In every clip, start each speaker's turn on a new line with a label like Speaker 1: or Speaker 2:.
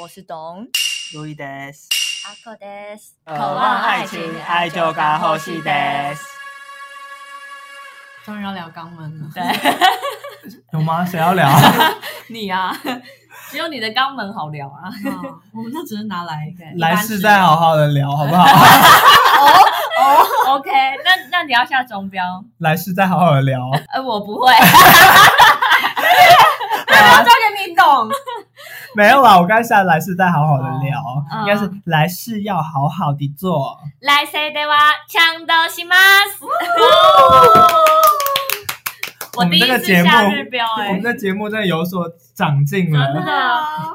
Speaker 1: 我是董
Speaker 2: 路易德斯，
Speaker 1: 阿克德斯，
Speaker 2: 渴望爱情，爱就该呼吸德。
Speaker 3: 终于要聊肛门 了，
Speaker 1: 对，
Speaker 4: 有吗？谁 要聊？
Speaker 1: 你 啊，只有你的肛门好聊 啊。
Speaker 3: 啊我们就只是拿来
Speaker 1: 对
Speaker 4: 来世再好好的聊，好不好？
Speaker 1: OK，那那你要下中标？
Speaker 4: 来世再好好的聊。
Speaker 1: 呃，我不 会。
Speaker 3: 啊交给你懂。
Speaker 4: 没有啦，我刚才想来世再好好的聊，
Speaker 1: 嗯
Speaker 4: 应该是 来世要好好的
Speaker 1: 哦
Speaker 4: 做。
Speaker 1: 来谁的哇，强到西吗？我
Speaker 4: 我
Speaker 1: 第
Speaker 4: 们
Speaker 1: 一
Speaker 4: 这个
Speaker 1: 次
Speaker 4: 节目
Speaker 1: 下日标哎、
Speaker 4: 我们的节目真的有所长进
Speaker 1: 真
Speaker 4: 了。
Speaker 1: 的，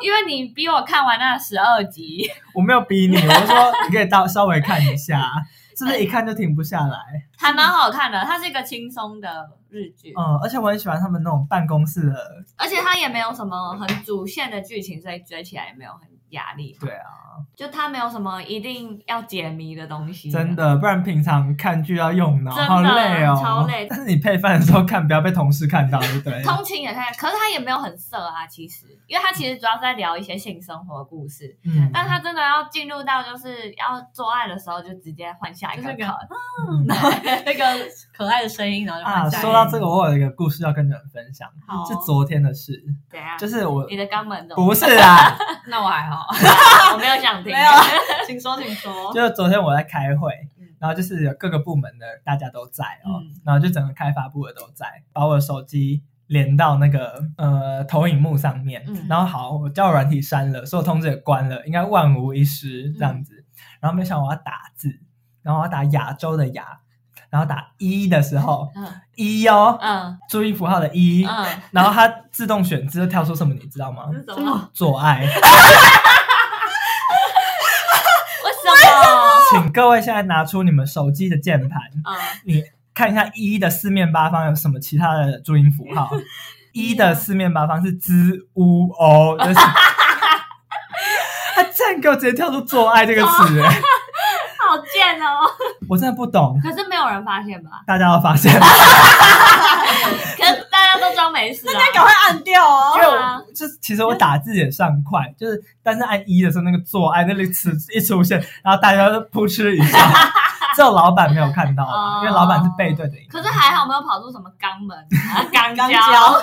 Speaker 1: 因为你逼我看完那十二 集，
Speaker 4: 我没有逼你，我是说你可以到稍微看一下，是不是一看就停不下来？
Speaker 1: 还蛮好看的。它是一个轻松的日剧，
Speaker 4: 嗯，而且我很喜欢他们那种办公室的。
Speaker 1: 而且它也没有什么很主线的剧情，所以追起来也没有很压力。
Speaker 4: 对啊，
Speaker 1: 就它没有什么一定要解谜的东西，啊
Speaker 4: 真。的，不然平常看剧要用脑，
Speaker 1: 真的
Speaker 4: 好累哦，
Speaker 1: 超累
Speaker 4: 但是你配饭的时候看，不要被同事看到，对不对？
Speaker 1: 通勤也看，可是它也没有很色啊，其实，因为它其实主要是在聊一些性生活故事，
Speaker 4: 嗯，
Speaker 1: 但他真的要进入到就是要做爱的时候，就直接换下一个
Speaker 3: 就是
Speaker 1: 口
Speaker 3: 个。 那个可爱的声音，然后就
Speaker 4: 啊，
Speaker 3: 换下一
Speaker 4: 说到这个，我有一个故事要跟你们分享，
Speaker 3: 好
Speaker 4: 是昨天的事，
Speaker 1: 怎样？
Speaker 4: 就是我
Speaker 1: 你的肛门怎么？
Speaker 4: 不是啊啦，
Speaker 3: 那我还好，
Speaker 1: 我没有 想听。
Speaker 3: 没有啊，请说，请说。
Speaker 4: 就是昨天我在开会
Speaker 1: 哦嗯，
Speaker 4: 然后就是有各个部门的大家都在哦，
Speaker 3: 嗯
Speaker 4: 然后就整个开发部的都在，把我的手机连到那个呃投影幕上面，
Speaker 1: 嗯
Speaker 4: 然后好，我叫软体删了，所有通知也关了，应该万无一失这样子。
Speaker 1: 嗯
Speaker 4: 然后没想到我要打字，然后我要打亚洲的亚，然后打一的 时候，
Speaker 1: 嗯
Speaker 4: 一哦，
Speaker 1: 嗯
Speaker 4: 注意符号的一、
Speaker 1: 嗯，
Speaker 4: 然后它自动选字就跳出什么，你知道吗
Speaker 1: 这？是什么？
Speaker 4: 做爱。
Speaker 1: 为什么？
Speaker 4: 请各位现在拿出你们手机的键盘。
Speaker 1: 嗯，
Speaker 4: 你看一下一的四面八方有什么其他的注音符号？一的四面八方是支乌哦，就是他竟然给我直接跳出“做爱”这个词，欸
Speaker 1: 好贱哦！
Speaker 4: 我真的不懂，
Speaker 1: 可是没有人发现 吧？
Speaker 4: 大家要发现，
Speaker 1: 可是大家都装没事啊。
Speaker 3: 赶快按掉哦
Speaker 4: 因！为我就是其实我打字也算快，就是但是按一的时候，那个“做爱”那个词一出现，然后大家都扑哧一下，只有老板没有看到
Speaker 1: 哦
Speaker 4: 啊，因为老板是背对着你。
Speaker 1: 可是还好没有跑出什么肛门、啊、 肛
Speaker 3: 刚交
Speaker 1: 交。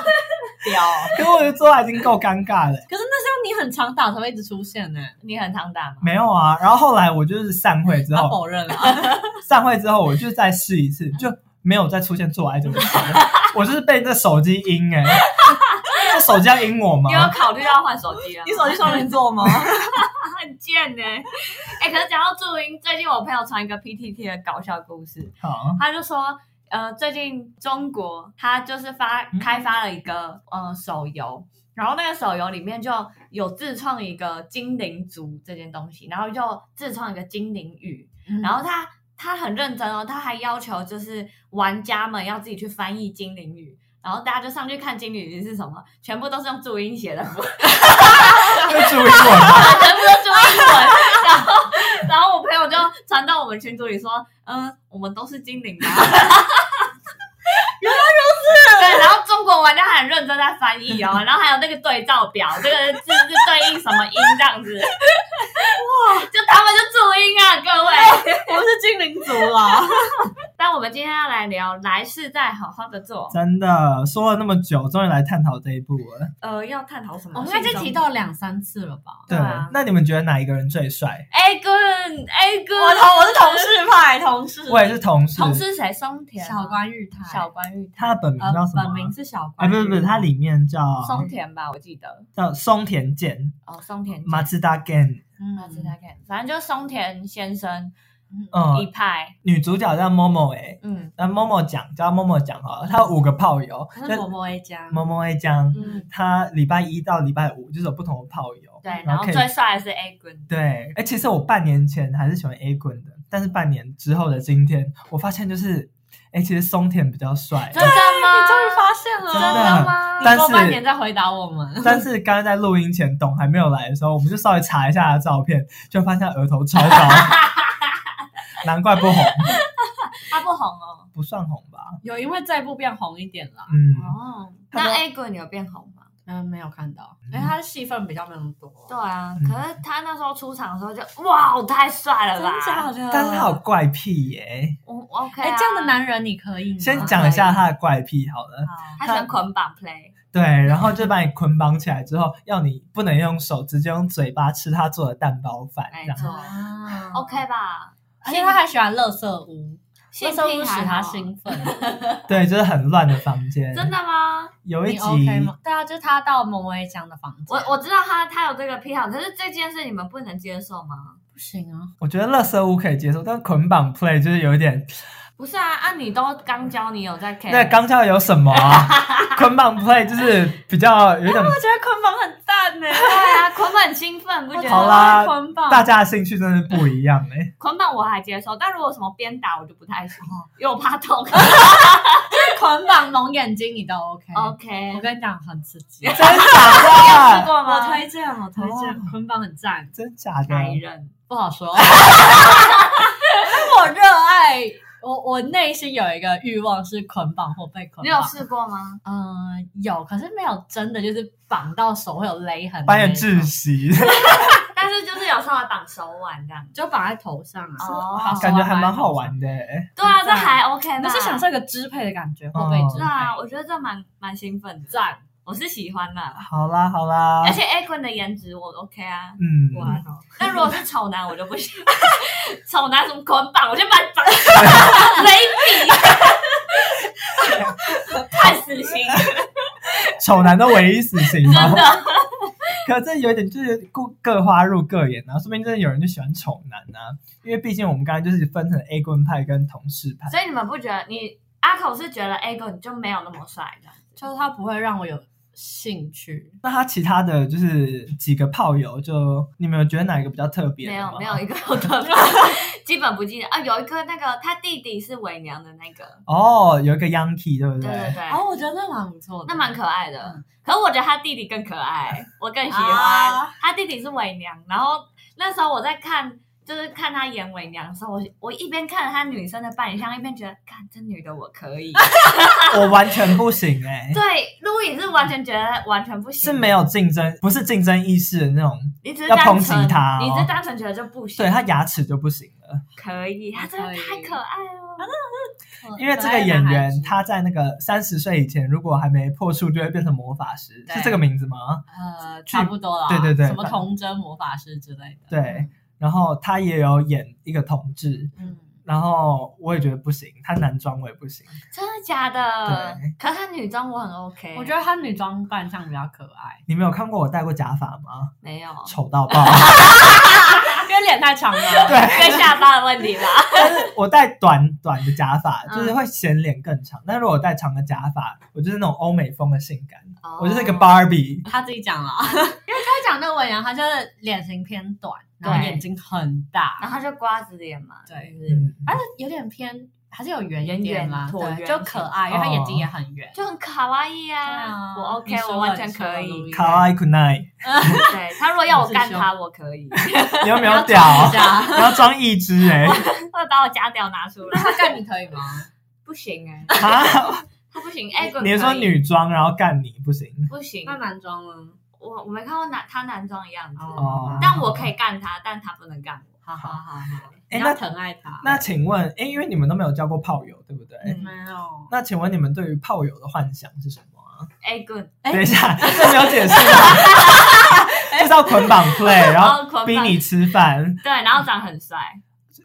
Speaker 3: 掉。
Speaker 4: 可是我觉得“做爱”已经够尴尬了。
Speaker 3: 可是那像你很常打才会一直出现呢，
Speaker 1: 你很常打吗？
Speaker 4: 没有啊，然后后来我就是散会之
Speaker 3: 他
Speaker 4: 后，
Speaker 3: 否认啊了。
Speaker 4: 散会之后，我就再试一次，就没有再出现做爱这个词。 我就是被这手机阴哎，那手机要阴我吗
Speaker 1: 你？有考虑要换手机了吗？
Speaker 3: 你手机双人座 吗？
Speaker 1: 很 贱呢、哎、可是讲到注音，最近我朋友传一个 PTT 的搞笑故事，
Speaker 4: 好，
Speaker 1: 他就说，呃，最近中国他就是发
Speaker 4: 嗯
Speaker 1: 开发了一个呃手游，然后那个手游里面就有自创一个精灵族这件东西，然后就自创一个精灵语，
Speaker 3: 嗯
Speaker 1: 然后他他很认真哦，他还要求就是玩家们要自己去翻译精灵语。然后大家就上去看精灵语是什么，全部都是用注音写的，全部都
Speaker 4: 就注意 我吗？
Speaker 1: 注音文。然后，然后我朋友就传到我们群组里说：“嗯，我们都是精灵吧。”对，然后中国玩家还很认真在翻译哦，然后还有那个对照表，这个字是对应什么音这样子。哇，就他们就注音啊，各位。
Speaker 3: 我是精灵族啊 啦。
Speaker 1: 但我们今天要来聊来世再好好的做，
Speaker 4: 真的说了那么久，终于来探讨这一步了。
Speaker 1: 呃，要探讨什么？
Speaker 3: 我们哦应该就提。到两三次了吧？
Speaker 1: 对啊
Speaker 4: 那你们觉得哪一个人最帅？
Speaker 1: 哎哥，哎哥，
Speaker 3: 我同我是同事派，同事啊
Speaker 4: 我也是同事，
Speaker 1: 同是谁？松田吗
Speaker 3: 小关玉台，
Speaker 1: 小关玉太
Speaker 4: 他的本名
Speaker 3: 呃
Speaker 4: 叫什么啊？
Speaker 3: 本名是小
Speaker 4: 啊，
Speaker 3: 关
Speaker 4: 不
Speaker 3: 玉，
Speaker 4: 是不是，他里面叫
Speaker 1: 松田吧，我记得
Speaker 4: 叫松田健
Speaker 1: 哦，松田
Speaker 4: 马自达 Gen，
Speaker 3: 嗯
Speaker 1: 那这大概反正就松田先生一
Speaker 4: 嗯，
Speaker 1: 派，
Speaker 4: 女主角叫 Momo 哎，
Speaker 1: 嗯
Speaker 4: 那 Momo 讲叫 Momo 讲好了，他有五个炮友，
Speaker 3: 他是
Speaker 4: 那
Speaker 3: 某某 A 家，
Speaker 4: Momo A 江，
Speaker 1: 嗯，
Speaker 4: 他礼拜一到礼拜五就是有不同的炮友，
Speaker 1: 对，然
Speaker 4: 然
Speaker 1: 后
Speaker 4: 可以
Speaker 1: 最帅的是 A 君，
Speaker 4: 对，哎、其实我半年前还是喜欢 A 滚的，但是半年之后的今天，我发现就是，哎、其实松田比较帅，
Speaker 1: 真的吗？
Speaker 3: 你终于发现
Speaker 4: 真的
Speaker 3: 了，
Speaker 1: 真的吗？
Speaker 4: 但
Speaker 3: 你过
Speaker 4: 是
Speaker 3: 半年再回答我们。
Speaker 4: 但是刚刚在录音前，董还没有来的时候，我们就稍微查一下他的照片，就发现他额头超高，难怪不红，
Speaker 1: 他不红哦。
Speaker 4: 不算红吧？
Speaker 3: 有因为这一部变红一点啦，
Speaker 4: 嗯，
Speaker 1: 哦，
Speaker 4: 他
Speaker 1: 那
Speaker 4: 说
Speaker 1: A 滚有变红吗？
Speaker 3: 嗯，没有看到，因为他的戏份比较没有那么多。
Speaker 1: 对啊，
Speaker 4: 嗯
Speaker 1: 可是他那时候出场的时候就哇，太帅了啦！
Speaker 3: 的
Speaker 4: 但是他有怪癖耶、
Speaker 1: 我 OK 啊、
Speaker 3: 哎，这样的男人你可以吗
Speaker 4: 先讲一下他的怪癖好了。
Speaker 3: 好
Speaker 1: 他喜欢捆绑 play，
Speaker 4: 对，然后就把你捆绑起来之后，要你不能用手，直接用嘴巴吃他做的蛋包饭，这
Speaker 1: 没
Speaker 4: 样
Speaker 1: 错
Speaker 3: 啊
Speaker 1: OK 吧？
Speaker 3: 而且他还喜欢乐色屋，乐
Speaker 1: 性
Speaker 3: 色
Speaker 1: 癖
Speaker 3: 屋
Speaker 1: 还
Speaker 3: 使
Speaker 1: 好
Speaker 3: 他兴奋。
Speaker 4: 对，就是很乱的房间。
Speaker 1: 真的吗？
Speaker 4: 有一
Speaker 3: 你
Speaker 4: 集
Speaker 3: OK 吗？对啊，就是他到某位江的房间，
Speaker 1: 我我知道他他有这个癖好，可是这件事你们不能接受吗？
Speaker 3: 不行啊，
Speaker 4: 我觉得乐色屋可以接受，但捆绑 play 就是有一点，
Speaker 1: 不是啊，啊，你都刚教你有在 care，
Speaker 4: 那刚教有什么啊？捆绑 play 就是比较有一点，
Speaker 3: 我觉得捆绑很赞呢。
Speaker 1: 对啊，捆绑很兴奋，不觉得
Speaker 4: 好
Speaker 1: 吗？
Speaker 4: 啦
Speaker 3: 捆绑
Speaker 4: 大家的兴趣真的是不一样哎、
Speaker 1: 捆绑我还接受，但如果什么鞭打我就不太行，因为我怕痛。
Speaker 3: 捆绑龙眼睛你都 OK。我
Speaker 1: OK，
Speaker 3: 跟你讲，很刺 激。
Speaker 4: 真假
Speaker 1: 试
Speaker 4: 的？
Speaker 1: 过吗？
Speaker 3: 荐，我推
Speaker 4: 哦
Speaker 3: 捆绑很赞，
Speaker 4: 真假的？
Speaker 1: 哪一任？
Speaker 3: 不好 说。因为我热爱，我我内心有一个欲望是捆绑或被捆绑。
Speaker 1: 你有试过吗？
Speaker 3: 嗯，有，可是没有真的就是绑到手会有勒痕的那种，
Speaker 4: 把你窒息，
Speaker 1: 但是就是有稍微绑手腕这样。
Speaker 3: 就绑在头上啊，
Speaker 1: 哦
Speaker 3: 把手
Speaker 4: 感觉还
Speaker 3: 绑在
Speaker 4: 蛮
Speaker 3: 头
Speaker 4: 好
Speaker 3: 上。
Speaker 4: 玩的、欸。
Speaker 1: 对啊，
Speaker 3: 嗯
Speaker 1: 这还 OK 吧？
Speaker 3: 那是享受一个支配的感觉，或被
Speaker 4: 哦
Speaker 3: 支
Speaker 1: 对
Speaker 3: 配。
Speaker 1: 啊，我觉得这蛮蛮兴奋的，
Speaker 3: 赞，
Speaker 1: 我是喜欢的。
Speaker 4: 好啦好啦，
Speaker 1: 而且 A 君的颜值我 OK 啊，
Speaker 4: 嗯，
Speaker 1: 我还好。但如果是丑男，我就不行。 丑男什么捆绑，我先把你绑雷 笔，判死刑。
Speaker 4: 丑男都唯一死刑
Speaker 1: 真？
Speaker 4: 吗 可这有点就是各各花入各眼啊，说不定真的有人就喜欢丑男啊，因为毕竟我们刚才就是分成 A 棍派跟同事派，
Speaker 1: 所以你们不觉得你阿口是觉得 A 君就没有那么帅的？
Speaker 3: 就是它不会让我有兴趣。
Speaker 4: 那他其他的就是几个炮友就，你们有觉得哪一个比较特别
Speaker 1: 没
Speaker 4: 的吗
Speaker 1: 有没有一 个有的，基本不记得啊。有一个那个他弟弟是伪娘的那个，
Speaker 4: 哦，有一个 Yankee 对不
Speaker 1: 对对对，
Speaker 3: 然
Speaker 4: 哦
Speaker 3: 哦后我觉得那蛮不错的，
Speaker 1: 那蛮可爱的
Speaker 3: 嗯。
Speaker 1: 可是我觉得他弟弟更可爱，我更喜欢、
Speaker 3: 啊
Speaker 1: 他弟弟是伪娘。然后那时候我在看，就是看他演伪娘的时候，我我一边看他女生的扮演像，一边觉得，看这女的我可 以。
Speaker 4: 我完全不行 哎、
Speaker 1: 对，陆影是完全觉得完全不行，
Speaker 4: 是没，有竞争，不是竞争意识的那种，
Speaker 1: 你只是
Speaker 4: 要
Speaker 1: 单
Speaker 4: 抨
Speaker 1: 纯，
Speaker 4: 击他哦
Speaker 1: 你只是单纯觉得就不行。
Speaker 4: 对他牙齿就不行了。
Speaker 1: 可以，他真的太可爱了。
Speaker 3: 可
Speaker 4: 因为这个演
Speaker 3: 可爱男孩
Speaker 4: 员
Speaker 3: 子
Speaker 4: 他在那个三十岁以前，如果还没破处，就会变成魔法师，
Speaker 3: 对
Speaker 4: 是这个名字吗？
Speaker 3: 呃差不多了，
Speaker 4: 对对对
Speaker 3: 什么童真魔法师之类的，
Speaker 4: 对，然后他也有演一个同志，
Speaker 3: 嗯，
Speaker 4: 然后我也觉得不行，他男装我也不行，
Speaker 1: 真的假的
Speaker 4: 对？
Speaker 1: 可是他女装我很 OK，
Speaker 3: 我觉得他女装扮相比较可爱，
Speaker 4: 你们有看过我戴过假发吗？
Speaker 1: 没 有，
Speaker 4: 丑到 爆！
Speaker 3: 因为脸太 长了，
Speaker 4: 对，
Speaker 1: 跟下巴的问 题啦。
Speaker 4: 但是我戴短短的假发，
Speaker 1: 嗯
Speaker 4: 就是会显脸更长。但如果我戴长的假发，我就是那种欧美风的性感，
Speaker 1: 哦
Speaker 3: 哦
Speaker 4: 我就是一个 Barbie。
Speaker 3: 他自己讲了， 因为他讲那个文阳，他就是脸型偏短，然后
Speaker 1: 对
Speaker 3: 眼睛很
Speaker 1: 然
Speaker 3: 大，
Speaker 1: 后就瓜子脸嘛，
Speaker 3: 对
Speaker 1: 是不是
Speaker 4: 嗯，
Speaker 3: 而且有点偏，还是有圆一
Speaker 1: 圆
Speaker 3: 点
Speaker 1: 圆
Speaker 3: 嘛，
Speaker 1: 椭圆
Speaker 3: 对，就可爱，因为他眼睛也很圆，
Speaker 1: 就很卡哇伊
Speaker 3: 对
Speaker 1: 啊，
Speaker 3: 啊
Speaker 1: 我
Speaker 3: 你
Speaker 1: OK，
Speaker 3: 说
Speaker 1: 我
Speaker 3: 了
Speaker 1: 完全
Speaker 3: 你说了
Speaker 1: 可
Speaker 3: 录
Speaker 1: 以
Speaker 3: 音。
Speaker 4: 卡哇伊 kunai，
Speaker 1: 对他如果要我干他，我可 以，
Speaker 4: 你有没
Speaker 3: 你
Speaker 4: 有
Speaker 3: 要
Speaker 4: 屌？
Speaker 3: 装一
Speaker 1: 啊
Speaker 3: 下
Speaker 4: 你要装一只 哎、
Speaker 1: 会把我假屌拿出来，
Speaker 3: 他干你可以吗？
Speaker 1: 不行哎，
Speaker 4: 啊！
Speaker 1: 他不行，哎，滚
Speaker 4: 你是说
Speaker 1: 可以
Speaker 4: 女装然后干你不行？
Speaker 1: 不行？
Speaker 3: 男装呢？
Speaker 1: 我我没看过男他男装的样子，
Speaker 4: 哦
Speaker 1: 但我可以干他，但他不能干我。
Speaker 3: 好好好好，
Speaker 4: 哎
Speaker 3: 你
Speaker 4: 那
Speaker 3: 要疼爱他。
Speaker 4: 那请问，哎、因为你们都没有交过炮友，对不对？
Speaker 1: 嗯
Speaker 3: 没有，
Speaker 4: 那请问你们对于炮友的幻想是什么啊？
Speaker 1: 哎，滚，
Speaker 3: 哎
Speaker 4: 等 一下，这没有解释吗？就是要捆绑 play，然
Speaker 1: 哦
Speaker 4: 后
Speaker 1: 捆绑
Speaker 4: 逼你吃饭，
Speaker 1: 对，然后长很帅，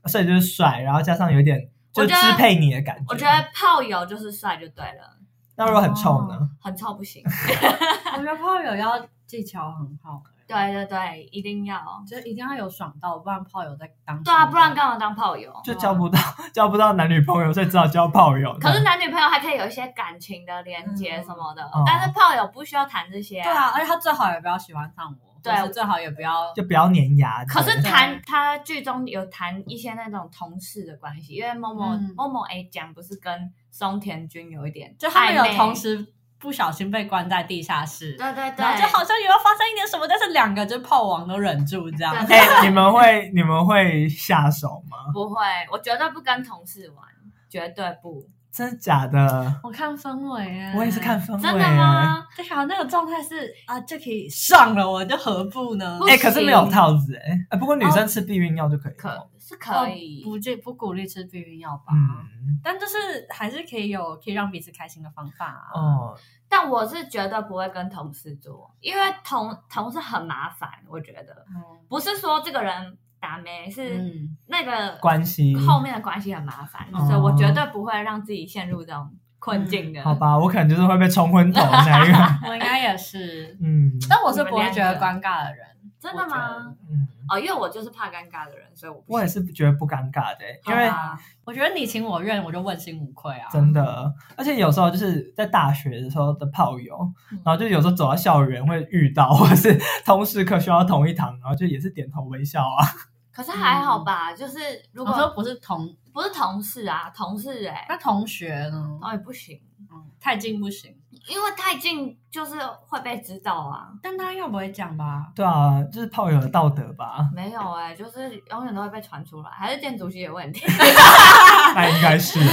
Speaker 4: 所以就是帅，然后加上有点就
Speaker 1: 我
Speaker 4: 支
Speaker 1: 觉得
Speaker 4: 配你的感觉。
Speaker 1: 我觉得炮友就是帅就对了，
Speaker 4: 那如果很臭呢？
Speaker 1: 很臭不 行。
Speaker 3: 我觉得炮友要技巧很好，
Speaker 1: 对对对，一定要。
Speaker 3: 就一定要有爽到，不然炮友在当
Speaker 1: 对啊，不然干嘛当炮友？
Speaker 4: 就交不到交不到男女朋友，所以只好交炮友。
Speaker 1: 可是男女朋友还可以有一些感情的连接什么的，
Speaker 4: 嗯
Speaker 1: 但是炮友不需要谈这些、
Speaker 3: 哦对啊，而且他最好也不要喜欢上我，
Speaker 1: 对
Speaker 3: 或是最好也不要
Speaker 4: 就不要粘牙。
Speaker 1: 可是
Speaker 4: 对
Speaker 1: 谈他剧中有谈一些那种同事的关系，因为某某
Speaker 3: 嗯
Speaker 1: 某某 A 讲不是跟松田君有一点
Speaker 3: 就他们
Speaker 1: 暧昧
Speaker 3: 有同时不小心被关在地下室，
Speaker 1: 对对
Speaker 3: 然后就好
Speaker 1: 对，
Speaker 3: 像也要发生一点什么，但是两个就是炮王都忍住这样。
Speaker 1: 对
Speaker 4: 哎、你们会你们会下手吗？
Speaker 1: 不会，我绝对不跟同事玩，绝对不。
Speaker 4: 真的假的？
Speaker 3: 我看氛围哎，
Speaker 4: 我也是看氛围，欸
Speaker 1: 真的？吗？
Speaker 3: 对啊，那个状态是啊，就可以上了，我就何不呢
Speaker 1: 不？
Speaker 4: 哎、可是没有套子哎、哎不过女
Speaker 1: 哦
Speaker 4: 生吃避孕药就可以。
Speaker 1: 可是可以，
Speaker 3: 哦不介不鼓励吃避孕药吧？
Speaker 4: 嗯，
Speaker 3: 但就是还是可以有可以让彼此开心的方法啊。
Speaker 4: 哦，
Speaker 1: 但我是觉得不会跟同事做，因为同同事很麻烦，我觉得
Speaker 3: 嗯
Speaker 1: 不是说这个人打没，是
Speaker 3: 嗯，
Speaker 1: 那个
Speaker 4: 关系
Speaker 1: 后面的关系很麻烦，
Speaker 4: 哦
Speaker 1: 所以我绝对不会让自己陷入这种
Speaker 3: 嗯
Speaker 1: 困境的。
Speaker 4: 好，吧，我可能就是会被冲昏头那一 个。
Speaker 3: 我应该也是，
Speaker 4: 嗯
Speaker 3: 但我是不会觉得尴尬的人，
Speaker 1: 真的
Speaker 3: 我觉
Speaker 1: 吗？
Speaker 4: 嗯，
Speaker 1: 哦，因为我就是怕尴尬的人，所以我不
Speaker 4: 我也
Speaker 1: 行
Speaker 4: 是觉得不尴尬的、欸因为
Speaker 1: 好吧
Speaker 3: 我觉得你情我愿，我就问心无愧啊。
Speaker 4: 真的，而且有时候就是在大学的时候的炮友
Speaker 3: 嗯，
Speaker 4: 然后就有时候走到校园会遇到，或者是通识课需要同一堂，然后就也是点头微笑啊。
Speaker 1: 可是还好吧，就是如
Speaker 3: 嗯我说
Speaker 1: 果
Speaker 3: 不是同，
Speaker 1: 不是同事啊，同事哎、
Speaker 3: 那同学呢？
Speaker 1: 哦也不行，
Speaker 3: 嗯太近不行，
Speaker 1: 因为太近就是会被知道啊。，
Speaker 3: 但他应该不会讲吧？
Speaker 4: 对啊，就是炮友的道德吧
Speaker 1: 没有哎、就是永远都会被传出来，还是建筑系的问题。
Speaker 4: 那应该 是哦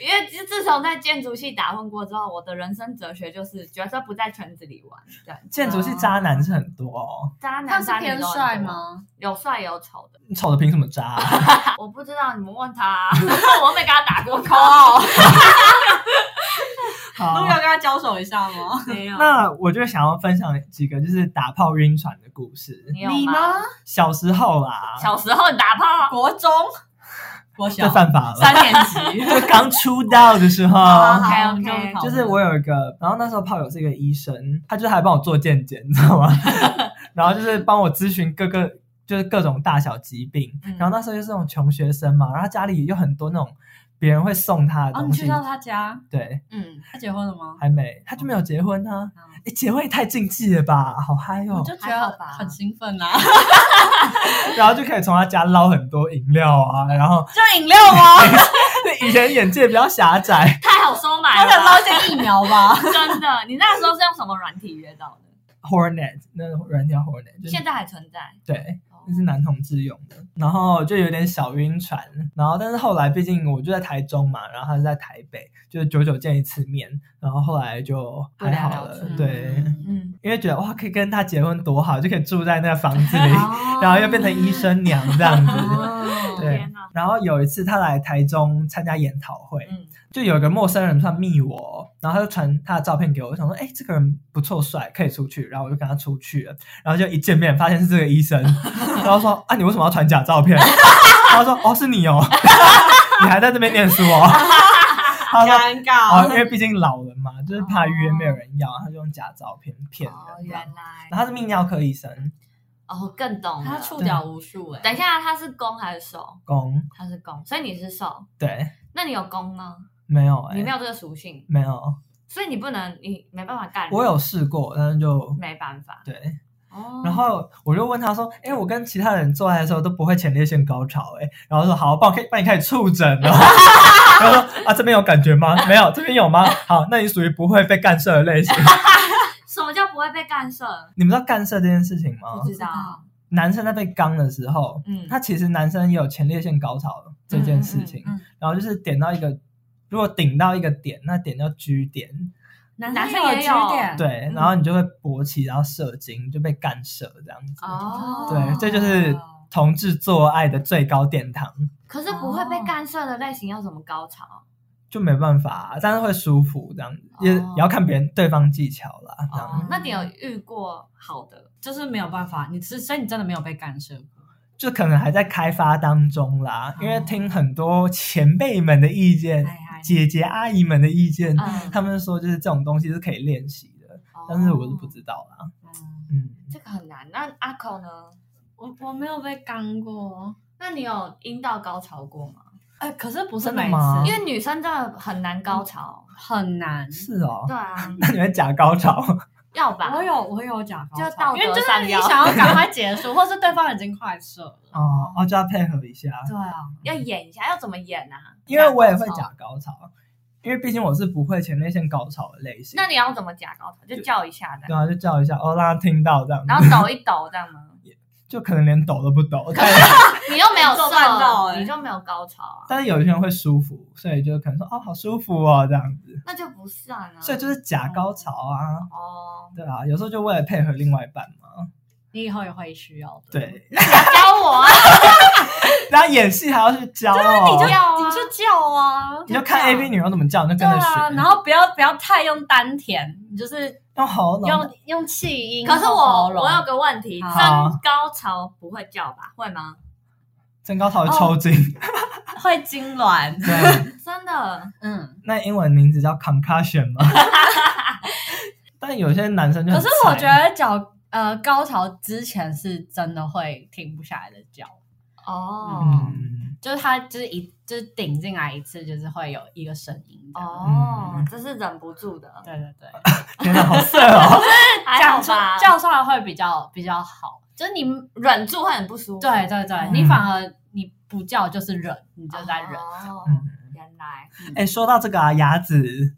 Speaker 1: 因为自自从在建筑系打混过之后，我的人生哲学就是角色不在圈子里玩。对，
Speaker 4: 建筑系渣男是很多哦，
Speaker 1: 渣
Speaker 3: 他
Speaker 1: 男
Speaker 3: 是
Speaker 1: 渣女
Speaker 3: 偏
Speaker 1: 都很多
Speaker 3: 帅？吗？
Speaker 1: 有帅有丑的，
Speaker 4: 你丑的凭什么渣、啊？
Speaker 1: 我不知道，你们问他、啊， 哦我没跟他打过 call，
Speaker 4: 好
Speaker 3: 要跟他交手一下 吗？
Speaker 1: 没有。
Speaker 4: 那我就想要分享几个就是打炮晕船的故事。
Speaker 1: 你有吗？？
Speaker 4: 小时候啊啦，
Speaker 1: 小时候你打炮，
Speaker 3: 国中、国小
Speaker 4: 这犯法了，
Speaker 3: 三年级。
Speaker 4: 就
Speaker 3: 哦
Speaker 4: 刚出道的时候。
Speaker 3: 好
Speaker 1: OK，OK
Speaker 3: 我们讨
Speaker 4: 就
Speaker 3: 论
Speaker 4: 是我有一个，然后那时候炮友是一个医生，他就是还帮我做健检，你知道吗？ 然后就是帮我咨询各个就是各种大小疾病。
Speaker 1: 嗯
Speaker 4: 然后那时候就是那种穷学生嘛，然后他家里有很多那种别人会送他的
Speaker 3: 哦，
Speaker 4: 东
Speaker 3: 你去
Speaker 4: 西。
Speaker 3: 到他家，
Speaker 4: 对，
Speaker 1: 嗯，
Speaker 3: 他结婚了吗？
Speaker 4: 还没，他就没有结婚啊
Speaker 3: 嗯。
Speaker 4: 哎、结婚也太禁忌了吧，好嗨哦
Speaker 3: 我！就觉
Speaker 1: 还好
Speaker 3: 得
Speaker 1: 吧
Speaker 3: 很兴奋啊 呐、
Speaker 4: 然后就可以从他家捞很多饮料啊，然后
Speaker 3: 就饮料吗？
Speaker 4: 对以前眼界比较狭窄，
Speaker 1: 太好收买
Speaker 3: 他 想
Speaker 1: 了，
Speaker 3: 捞一些疫苗 吧？
Speaker 1: 真的。你那时候是用什么软体约到的？
Speaker 4: Hornet 那软件 Hornet 就是
Speaker 1: 现在还存在？
Speaker 4: 对，
Speaker 1: 哦
Speaker 4: 那是男同志用的，然后就有点小晕船，然后但是后来毕竟我就在台中嘛，然后他是在台北，就是久久见一次面，然后后来就还好
Speaker 1: 不了
Speaker 4: 了
Speaker 1: 了，之
Speaker 4: 对，
Speaker 1: 嗯，
Speaker 4: 因为觉得哇可以跟他结婚多好，就可以住在那个房子
Speaker 3: 嗯
Speaker 4: 里，
Speaker 1: 哦
Speaker 4: 然后又变成医生娘这样子。
Speaker 3: 哦
Speaker 4: 对
Speaker 1: 天哪，
Speaker 4: 然后有一次他来台中参加研讨会，
Speaker 1: 嗯，
Speaker 4: 就有一个陌生人突然密我，然后他就传他的照片给我，我想说，哎、这个人不错，帅，可以出去。然后我就跟他出去了，然后就一见面发现是这个 医生，然后说，啊，你为什么要传假照片？ 他说，哦，是你哦， 你还在这边念书哦。他说，
Speaker 3: 尴尬
Speaker 4: 哦，因为毕竟老了嘛，就是怕约没有人要，他就用假照片骗
Speaker 1: 哦，
Speaker 4: 人。
Speaker 1: 原来，
Speaker 4: 然后他是泌尿科医生，
Speaker 1: 哦，更懂了
Speaker 3: 他触角无数哎、
Speaker 1: 等一下，他是攻还是受？
Speaker 4: 公
Speaker 1: 他是攻，所以你是受。
Speaker 4: 对，
Speaker 1: 那你有攻吗？
Speaker 4: 没有、哎，
Speaker 1: 你没有这个属性，
Speaker 4: 没有，
Speaker 1: 所以你不能，你没办法干。
Speaker 4: 我有，试过，但是就
Speaker 1: 没办法。
Speaker 4: 对。
Speaker 1: 哦，
Speaker 4: 然后我就问他说：“哎、我跟其他人做爱的时候都不会前列腺高潮、哎。”然后说：“好，帮我可以帮你开始触诊哦。”然后说：“啊，这边有感觉吗？没有，这边有吗？好，那你属于不会被干涉的类型。
Speaker 1: 什么叫不会被干涉？
Speaker 4: 你们知道干涉这件事情吗
Speaker 1: 不？知道。
Speaker 4: 男生在被刚的时候，
Speaker 1: 嗯，
Speaker 4: 他其实男生也有前列腺高潮这件事情，
Speaker 3: 嗯嗯嗯嗯
Speaker 4: 然后就是点到一个，如果顶到一个点，那点叫 G
Speaker 3: 嗯
Speaker 4: 点，
Speaker 3: 男
Speaker 1: 男生也有
Speaker 3: 据点，
Speaker 4: 对
Speaker 1: 嗯，
Speaker 4: 然后你就会勃起，然后射精，就被干涉这样子。
Speaker 1: 哦，
Speaker 4: 对，这就是同志做爱的最高殿堂，
Speaker 1: 可是不会被干涉的类型要怎么高潮？
Speaker 4: 就没办法、但是会舒服这样子，也
Speaker 1: 哦
Speaker 4: 也要看别人对方技巧啦。这样
Speaker 1: 哦，那你有遇过好 的？
Speaker 3: 就是没有办法，你是所以你真的没有被干涉过。
Speaker 4: 就可能还在开发当中
Speaker 1: 哦
Speaker 4: 啦，因为听很多前辈们的意见、
Speaker 3: 哎哎
Speaker 4: 姐姐阿姨们的意见，
Speaker 1: 嗯，
Speaker 4: 他们说就是这种东西是可以练习的，
Speaker 1: 哦
Speaker 4: 但是我是不知道啦。
Speaker 3: 嗯，
Speaker 4: 嗯，
Speaker 1: 这个很难。那阿口呢？
Speaker 3: 我我没有被干过，
Speaker 1: 那你有阴道高潮过吗？
Speaker 3: 哎、可是不是
Speaker 4: 真的
Speaker 3: 每
Speaker 4: 吗
Speaker 3: 次，
Speaker 1: 因为女生真的很难高潮。
Speaker 3: 很难。
Speaker 4: 是哦
Speaker 1: 对。啊，
Speaker 4: 那你们假高潮，
Speaker 1: 要吧？
Speaker 3: 我有我有假高
Speaker 1: 就
Speaker 3: 潮，
Speaker 1: 道
Speaker 3: 因为
Speaker 1: 德
Speaker 3: 就是
Speaker 1: 上
Speaker 3: 你
Speaker 1: 要
Speaker 3: 想要赶快结束，或 是对方已经快射了。
Speaker 4: 哦哦，就要配合一下，
Speaker 3: 对啊，
Speaker 1: 要演一下，要怎么演啊？
Speaker 4: 因为我也
Speaker 1: 假
Speaker 4: 会
Speaker 1: 高潮。
Speaker 4: 假高潮，因为毕竟我是不会前列腺高潮的类型。
Speaker 1: 那你要怎么假高潮？就叫一下的，
Speaker 4: 对啊，就叫一下哦，让他听到这样子。
Speaker 1: 然后抖一抖这样吗？
Speaker 4: 就可能连抖都不 抖，但
Speaker 1: 你又没有
Speaker 3: 做办到
Speaker 1: 瘦，
Speaker 3: 欸
Speaker 1: 你就没有高潮啊，
Speaker 4: 但是有些人会舒服，所以就可能说哦好舒服哦这样子，
Speaker 1: 那就不算啊。
Speaker 4: 所以就是假高潮啊，
Speaker 1: 哦，
Speaker 4: 对啊，有时候就为了配合另外一半嘛，
Speaker 3: 你以后也会需要的。
Speaker 4: 对，
Speaker 1: 那你要教我啊，
Speaker 4: 然后演戏还要去教哦，
Speaker 1: 你就要啊
Speaker 3: 你就叫啊，
Speaker 4: 你就看 A V 女优怎么叫，你就
Speaker 3: 对
Speaker 4: 跟着学，哦
Speaker 3: 啊，然后不要不要太用丹田，你就是
Speaker 4: 用喉咙，
Speaker 3: 用用气音。
Speaker 1: 可是我
Speaker 3: 喉咙
Speaker 1: 我有个问题，
Speaker 3: 好
Speaker 1: 升高潮不会叫吧？会吗？
Speaker 4: 增高潮
Speaker 3: 哦
Speaker 4: 会抽 筋。
Speaker 3: 会痉挛，
Speaker 4: 对，啊
Speaker 1: 真的，
Speaker 3: 嗯。
Speaker 4: 那英文名字叫 concussion 吗？ 但有些男 生就
Speaker 3: 可
Speaker 4: 很
Speaker 3: 是我
Speaker 4: 菜
Speaker 3: 觉得脚呃高潮之前是真的会停不下来的叫，
Speaker 1: 哦
Speaker 4: 嗯，
Speaker 3: 就是它就是一就是顶进来一次，就是会有一个声音。哦，
Speaker 1: 哦
Speaker 4: 嗯，
Speaker 1: 这是忍不住的，
Speaker 3: 对对对，
Speaker 4: 天哪，好色哦！
Speaker 1: 还好
Speaker 3: 讲出
Speaker 1: 吧？
Speaker 3: 叫出来会比较比较好，就是你
Speaker 1: 忍住会很不舒服，哦
Speaker 3: 对对对，你反而你不叫就是忍，你就在忍。
Speaker 1: 哦
Speaker 4: 嗯，
Speaker 1: 原来
Speaker 4: 哎、说到这个啊，牙子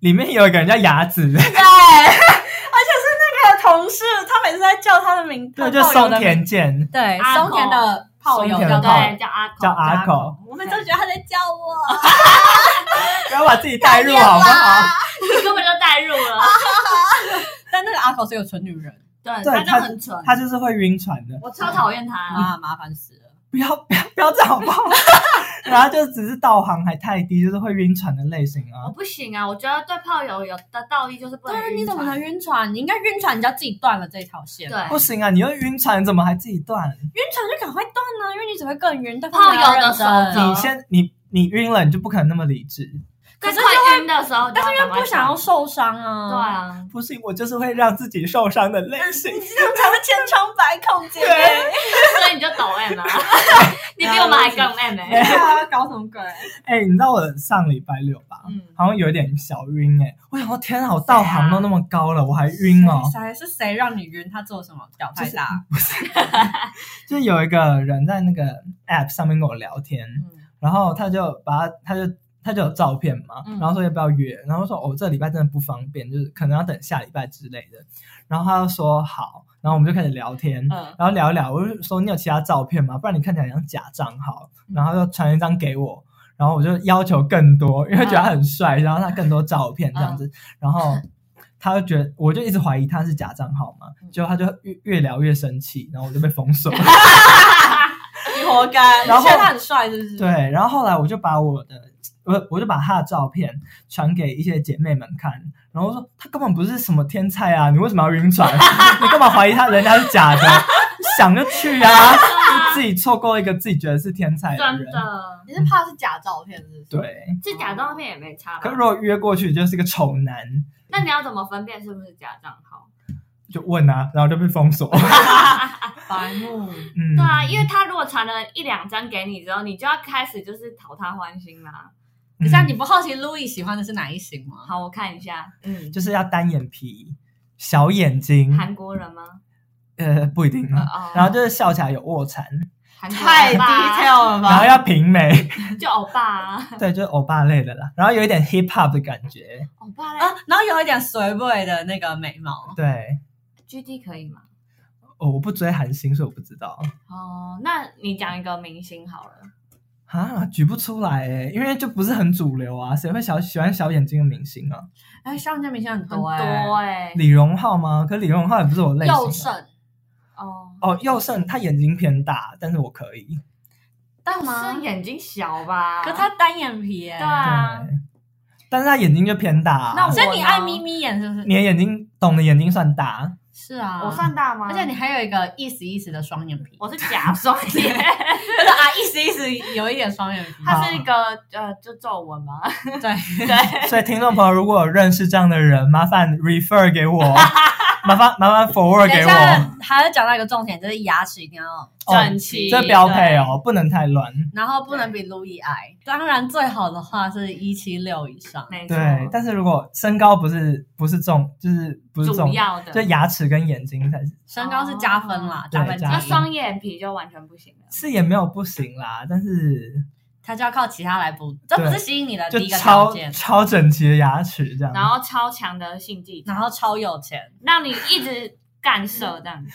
Speaker 4: 里面有一个人叫牙子，
Speaker 3: 对，而且是那个同事，他每次在叫他的名，
Speaker 4: 对，就
Speaker 3: 他炮友
Speaker 4: 松
Speaker 3: 的名，
Speaker 4: 田健，
Speaker 3: 对
Speaker 1: 阿
Speaker 3: 松田的炮友
Speaker 4: 松田
Speaker 3: 叫
Speaker 4: 的炮友
Speaker 1: 对，叫阿口
Speaker 4: 叫阿口，
Speaker 3: 我每次都觉得他在叫我，
Speaker 4: 不要把自己带入好不好？
Speaker 1: 你根本就代入了，
Speaker 3: 但那个阿口是个纯女人
Speaker 1: 对，
Speaker 4: 对
Speaker 1: 他就很蠢，
Speaker 4: 他就是会晕船的，
Speaker 1: 我超讨厌他，
Speaker 3: 啊，麻烦死了。
Speaker 4: 不要不要不要这样好不好？ 然后就只是道行还太低，就是会晕船的类型
Speaker 1: 我
Speaker 4: 啊。
Speaker 1: 不行啊，我觉得对炮友有的道义就是不能
Speaker 3: 但是
Speaker 1: 晕船，
Speaker 3: 啊你怎么能晕船？你应该晕船，你就要自己断了这条线。
Speaker 1: 对
Speaker 4: 不行啊！你又晕船，怎么还自己断？
Speaker 3: 晕船就赶快断啊，因为你只会更晕。对
Speaker 1: 炮友的
Speaker 3: 手
Speaker 1: 守则
Speaker 4: 你先，你你晕了，你就不可能那么理智。
Speaker 1: 在
Speaker 3: 可是就
Speaker 1: 快晕的时候就要赶快上，但
Speaker 3: 不想要受伤啊。
Speaker 1: 对啊，
Speaker 4: 不行，我就是会让自己受伤的类型。
Speaker 3: 这样才会千疮百孔，姐
Speaker 4: 对
Speaker 1: 所以你就抖 M 啊， 你比我们还更 M 哎，
Speaker 3: 啊，搞什么鬼？
Speaker 4: 哎、你知道我上礼拜六吧，
Speaker 1: 嗯，
Speaker 4: 好像有点小晕哎、我想说天啊，我道行都那么高了，我还晕哦、
Speaker 3: 谁谁是谁让你晕？他做什么？表态大？
Speaker 4: 就是有一个人在那个 app 上面跟我聊天，
Speaker 1: 嗯
Speaker 4: 然后他就把他他就。他就有照片嘛，
Speaker 1: 嗯
Speaker 4: 然后说要不要约，然后说哦这礼拜真的不方便，就是可能要等下礼拜之类的，然后他就说好，然后我们就开始聊天，
Speaker 1: 嗯，
Speaker 4: 然后聊一聊，我就说你有其他照片吗？不然你看起来像假账号。
Speaker 1: 嗯
Speaker 4: 然后就传一张给我，然后我就要求更多，因为觉得他很帅，然后他更多照片这
Speaker 1: 嗯
Speaker 4: 样子。然后他就觉得，我就一直怀疑他是假账号嘛，
Speaker 1: 嗯
Speaker 4: 结果他就越越聊越生气，然后我就被封锁了。
Speaker 3: 你活该
Speaker 4: 然后
Speaker 3: 你觉得他很帅是不是？
Speaker 4: 对，然后后来我就把我的。呃我我就把他的照片传给一些姐妹们看，然后说他根本不是什么天才啊，你为什么要晕 船？你干嘛怀疑他人家是假的？想就去啊， 就自己错过一个自己觉得是天才的
Speaker 1: 真
Speaker 4: 人。
Speaker 1: 的，
Speaker 3: 你是怕是假照片是不是？
Speaker 4: 对，
Speaker 1: 这假照片也没差
Speaker 4: 可
Speaker 1: 吧
Speaker 4: 是？如果约过去就是个丑男，
Speaker 1: 那你要怎么分辨是不是假账号？
Speaker 4: 嗯就问啊，然后就被 封锁。
Speaker 3: 白目。
Speaker 4: 嗯，
Speaker 1: 对啊，因为他如果传了一两张给你之后，你就要开始就是讨他欢心啦。
Speaker 3: 等一下，
Speaker 4: 嗯
Speaker 3: 你不好奇 Louis 喜欢的是哪一型吗？
Speaker 1: 好，我看一下，嗯，
Speaker 4: 就是要单眼皮、小眼睛，
Speaker 1: 韩国人吗？
Speaker 4: 呃，不一定 啊。
Speaker 1: 哦
Speaker 4: 然后就是笑起来有卧蚕，
Speaker 1: 韩国欧巴
Speaker 3: 了
Speaker 4: 然后？要平眉，
Speaker 1: 就欧巴啊，
Speaker 4: 对，就是欧巴类的啦。然后有一点 hip hop 的感觉，
Speaker 1: 欧巴嘞
Speaker 3: 啊，然后有一点随味的那个眉毛，
Speaker 4: 对。
Speaker 1: ，G D 可以吗？
Speaker 4: 哦，我不追韩星，所以我不知道
Speaker 1: 哦，那你讲一个明星好了，
Speaker 4: 啊，举不出来哎，因为就不是很主流啊，谁会小喜欢小眼睛的明星啊？
Speaker 3: 哎，上家明星很
Speaker 1: 很
Speaker 3: 多哎，
Speaker 1: 多哎，
Speaker 4: 李荣浩吗？可李荣浩也不是我类型、啊。
Speaker 3: 佑胜，
Speaker 1: 哦，
Speaker 4: 哦，佑胜他眼睛偏大，但是我可以。
Speaker 3: 但
Speaker 1: 是眼睛小吧？
Speaker 3: 可他单眼皮
Speaker 1: 对
Speaker 3: 哎，
Speaker 1: 啊，
Speaker 4: 对，但是他眼睛就偏大、啊。
Speaker 1: 那我
Speaker 3: 所以你
Speaker 1: 呢
Speaker 3: 爱眯眯眼是不是？
Speaker 4: 你的眼睛，懂的眼睛算大，
Speaker 3: 是啊，
Speaker 1: 我算大吗？
Speaker 3: 而且你还有一个意思意思的双眼皮，
Speaker 1: 我是假双 眼，
Speaker 3: 就是啊，意思意思有一点双眼皮，
Speaker 1: 它是一个呃，就皱纹吗？
Speaker 3: 对，
Speaker 4: 所以听众朋友如果有认识这样的人，麻烦 refer 给我，麻烦麻烦 forward
Speaker 3: 等
Speaker 4: 给
Speaker 3: 一
Speaker 4: 我，哦
Speaker 3: 下还要讲到一个重点，就是牙齿一定要
Speaker 1: 整齐
Speaker 4: 这标配哦，不能太乱。
Speaker 3: 然后不能比 Louis 矮。当然，最好的话是一七六以上。
Speaker 1: 没错，
Speaker 4: 对，但是如果身高不是不是重，就是不是
Speaker 1: 主
Speaker 4: 重，
Speaker 1: 要的
Speaker 3: 嗯
Speaker 4: 就牙齿跟眼睛才是，
Speaker 3: 身高是加分啦，
Speaker 1: 哦
Speaker 3: 加分
Speaker 4: 对加
Speaker 1: 那
Speaker 4: 分
Speaker 3: 加分。
Speaker 1: 双眼皮就完全不行了。
Speaker 4: 是也没有不行啦，但是
Speaker 3: 他就要靠其他来补，这不是吸引你的
Speaker 4: 就
Speaker 3: 第一个条
Speaker 4: 超
Speaker 3: 件。
Speaker 4: 超整齐的牙齿这样。
Speaker 1: 然后超强的性技巧，
Speaker 3: 然后超有钱，
Speaker 1: 让你一直干涉这样子。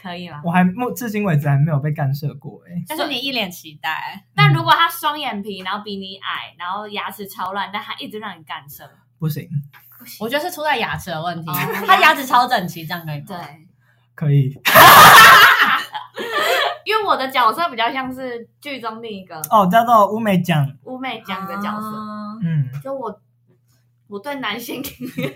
Speaker 1: 可以吗？
Speaker 4: 我还目至今为止还没有被干涉过哎、
Speaker 3: 但是你一脸期待，
Speaker 1: 但如果他双眼皮，然后比你矮，然后牙齿超烂，但他一直让你干涉，
Speaker 4: 不行，
Speaker 3: 我觉得是出在牙齿的问题
Speaker 1: 哦。
Speaker 3: 他牙齿超整齐，这样可以吗？
Speaker 1: 对。
Speaker 4: 可以
Speaker 1: 因为我的角色比较像是剧中另一个
Speaker 4: 哦，叫做乌梅酱，
Speaker 1: 乌妹
Speaker 3: 这
Speaker 1: 酱的角
Speaker 3: 啊
Speaker 1: 色，
Speaker 4: 嗯，
Speaker 1: 就我我对男性，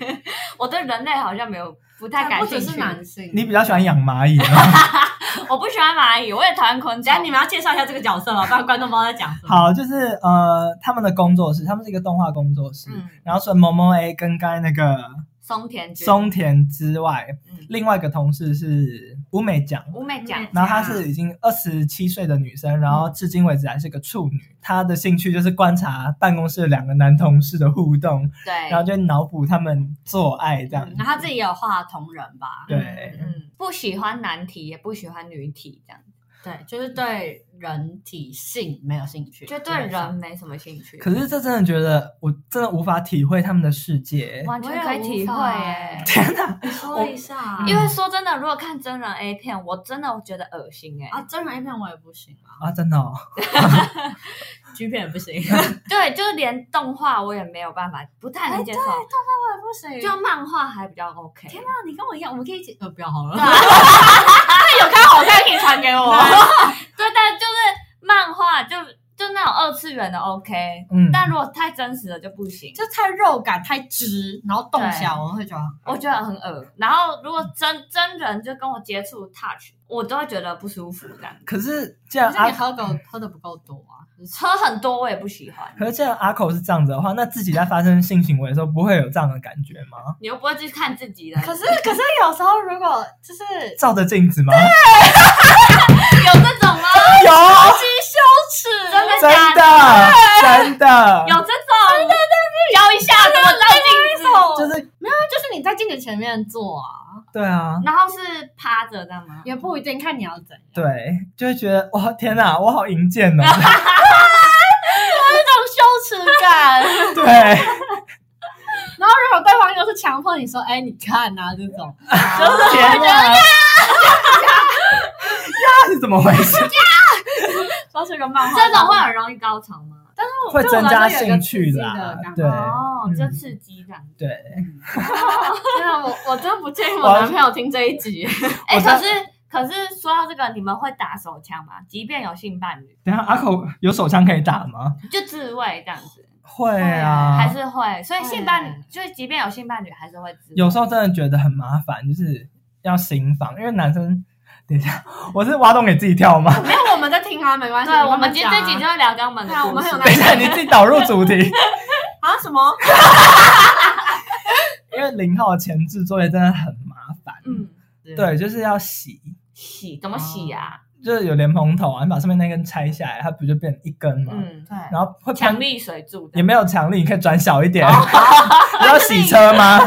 Speaker 1: 我对人类好像没有不太感
Speaker 3: 啊不
Speaker 1: 兴
Speaker 3: 只
Speaker 1: 趣。
Speaker 3: 是男性，
Speaker 4: 你比较喜欢养蚂蚁 啊？
Speaker 1: 我不喜欢蚂蚁，我也讨厌昆
Speaker 3: 等下
Speaker 1: 虫。
Speaker 3: 你们要介绍一下这个角色吗？不然观众不知道在讲什么。，
Speaker 4: 好，就是呃，他们的工作室，他们是一个动画工作室，
Speaker 1: 嗯，
Speaker 4: 然后除了萌萌 A 跟刚才那个
Speaker 1: 松田君，
Speaker 4: 松田之外，
Speaker 1: 嗯
Speaker 4: 另外一个同事是乌美奖。
Speaker 1: 乌妹酱，
Speaker 3: 嗯
Speaker 4: 然后她是已经二十七岁的女生，然后至今为止还是个处女。她的兴趣就是观察办公室两个男同事的互动，
Speaker 1: 对，
Speaker 4: 然后就脑补他们做爱这样。
Speaker 3: 然嗯后他自己也有画同人吧？
Speaker 4: 对，
Speaker 1: 嗯，不喜欢男体，也不喜欢女体，这样
Speaker 3: 对，就是对人体性没有兴趣，
Speaker 1: 就对人没什么兴趣。
Speaker 4: 可是这真的觉得我真的无法体会他们的世界。
Speaker 1: 完全可以体会
Speaker 3: 哎
Speaker 1: 耶、
Speaker 4: 天哪！
Speaker 3: 说一下
Speaker 4: 我，嗯
Speaker 1: 因为说真的，如果看真人 A 片，我真的觉得恶心哎、
Speaker 3: 啊，真人 A 片我也不行啊
Speaker 4: 啊，真的、哦，
Speaker 3: ，G 片也不 行，
Speaker 1: 对，就是连动画我也没有办法，不太
Speaker 3: 哎
Speaker 1: 能接受。
Speaker 3: 啊我也不行 就
Speaker 1: 就漫画还比较 OK。
Speaker 3: 天哪，你跟我一样，我们可以一起，呃，不要好了
Speaker 1: 对 啊，有看好看可以传给我。对，但就是漫画就就那种二次元的 OK，
Speaker 4: 嗯，
Speaker 1: 但如果太真实的就不行，
Speaker 3: 就太肉感太直，然后动起来我会觉得
Speaker 1: 我觉得很恶。然后如果真真人就跟我接触 touch，我都会觉得不舒服这样。
Speaker 4: 可是既
Speaker 3: 可
Speaker 4: 然
Speaker 3: 是你
Speaker 4: 阿，
Speaker 3: 喝狗喝的不够多啊，就是
Speaker 1: 车很多我也不喜欢，
Speaker 4: 可是既然阿口是这样子的话，那自己在发生性行为的时候不会有这样的感觉吗？
Speaker 1: 你又不会去看自己的，
Speaker 3: 可是可是有时候如果就是
Speaker 4: 照着镜子吗？
Speaker 1: 有这种吗？
Speaker 4: 有，
Speaker 3: 羞耻，
Speaker 1: 真的
Speaker 4: 真
Speaker 1: 假的？
Speaker 4: 的，真的，
Speaker 1: 有这种？教一下怎么照镜子，
Speaker 3: 手
Speaker 4: 就是
Speaker 3: 啊就是你在镜子前面做啊，
Speaker 4: 对啊，
Speaker 1: 然后是趴着这样吗？
Speaker 3: 也不一定看你要怎样。
Speaker 4: 对，就会觉得哇，天哪，我好淫贱哦，
Speaker 3: 这种羞耻感，
Speaker 4: 对，
Speaker 3: 然后如果对方又是强迫你说，哎，你看啊，这 种，
Speaker 1: 就是
Speaker 4: 天哪，呀，是怎么回事？
Speaker 3: 说是个漫画，
Speaker 1: 这种会很容易高潮吗？
Speaker 4: 会增加兴趣啦，对
Speaker 1: 哦，
Speaker 4: 嗯
Speaker 1: 就刺激感。
Speaker 4: 对，
Speaker 3: 天啊，我我真的不建议我男朋友听这一 集。
Speaker 1: 哎、
Speaker 4: 我知
Speaker 1: 可
Speaker 4: 道
Speaker 1: 是可是说到这个，你们会打手枪吗？即便有性伴侣，
Speaker 4: 等一下阿口有手枪可以打吗？
Speaker 1: 就自慰这样子，
Speaker 4: 会
Speaker 1: 还
Speaker 4: 啊，
Speaker 1: 是会。所以
Speaker 3: 会
Speaker 1: 性伴侣，就是即便有性伴侣，还是会自慰。
Speaker 4: 有时候真的觉得很麻烦，就是要行房，因为男生，等一下，我是挖洞给自己跳吗？
Speaker 3: 没有，我们在听啊，没关系。
Speaker 1: 对，我们今天这集就
Speaker 3: 就
Speaker 1: 会聊肛门的
Speaker 3: 对啊我们很有
Speaker 1: 故
Speaker 3: 耐
Speaker 4: 等一
Speaker 1: 事
Speaker 4: 下，
Speaker 3: 心
Speaker 4: 你自己导入主题，
Speaker 3: 啊什么？
Speaker 4: 因为零号前置作业真的很麻烦，
Speaker 1: 嗯，
Speaker 4: 对，就是要洗，
Speaker 1: 洗怎么洗啊？
Speaker 4: 就是有莲蓬头啊，你把上面那根拆下来，它不就变一根吗？
Speaker 1: 嗯，
Speaker 3: 对，
Speaker 4: 然后会喷
Speaker 1: 强力水柱的
Speaker 4: 哦也。没有强力，你可以转小一点。
Speaker 1: 哦
Speaker 4: 你要洗车 吗？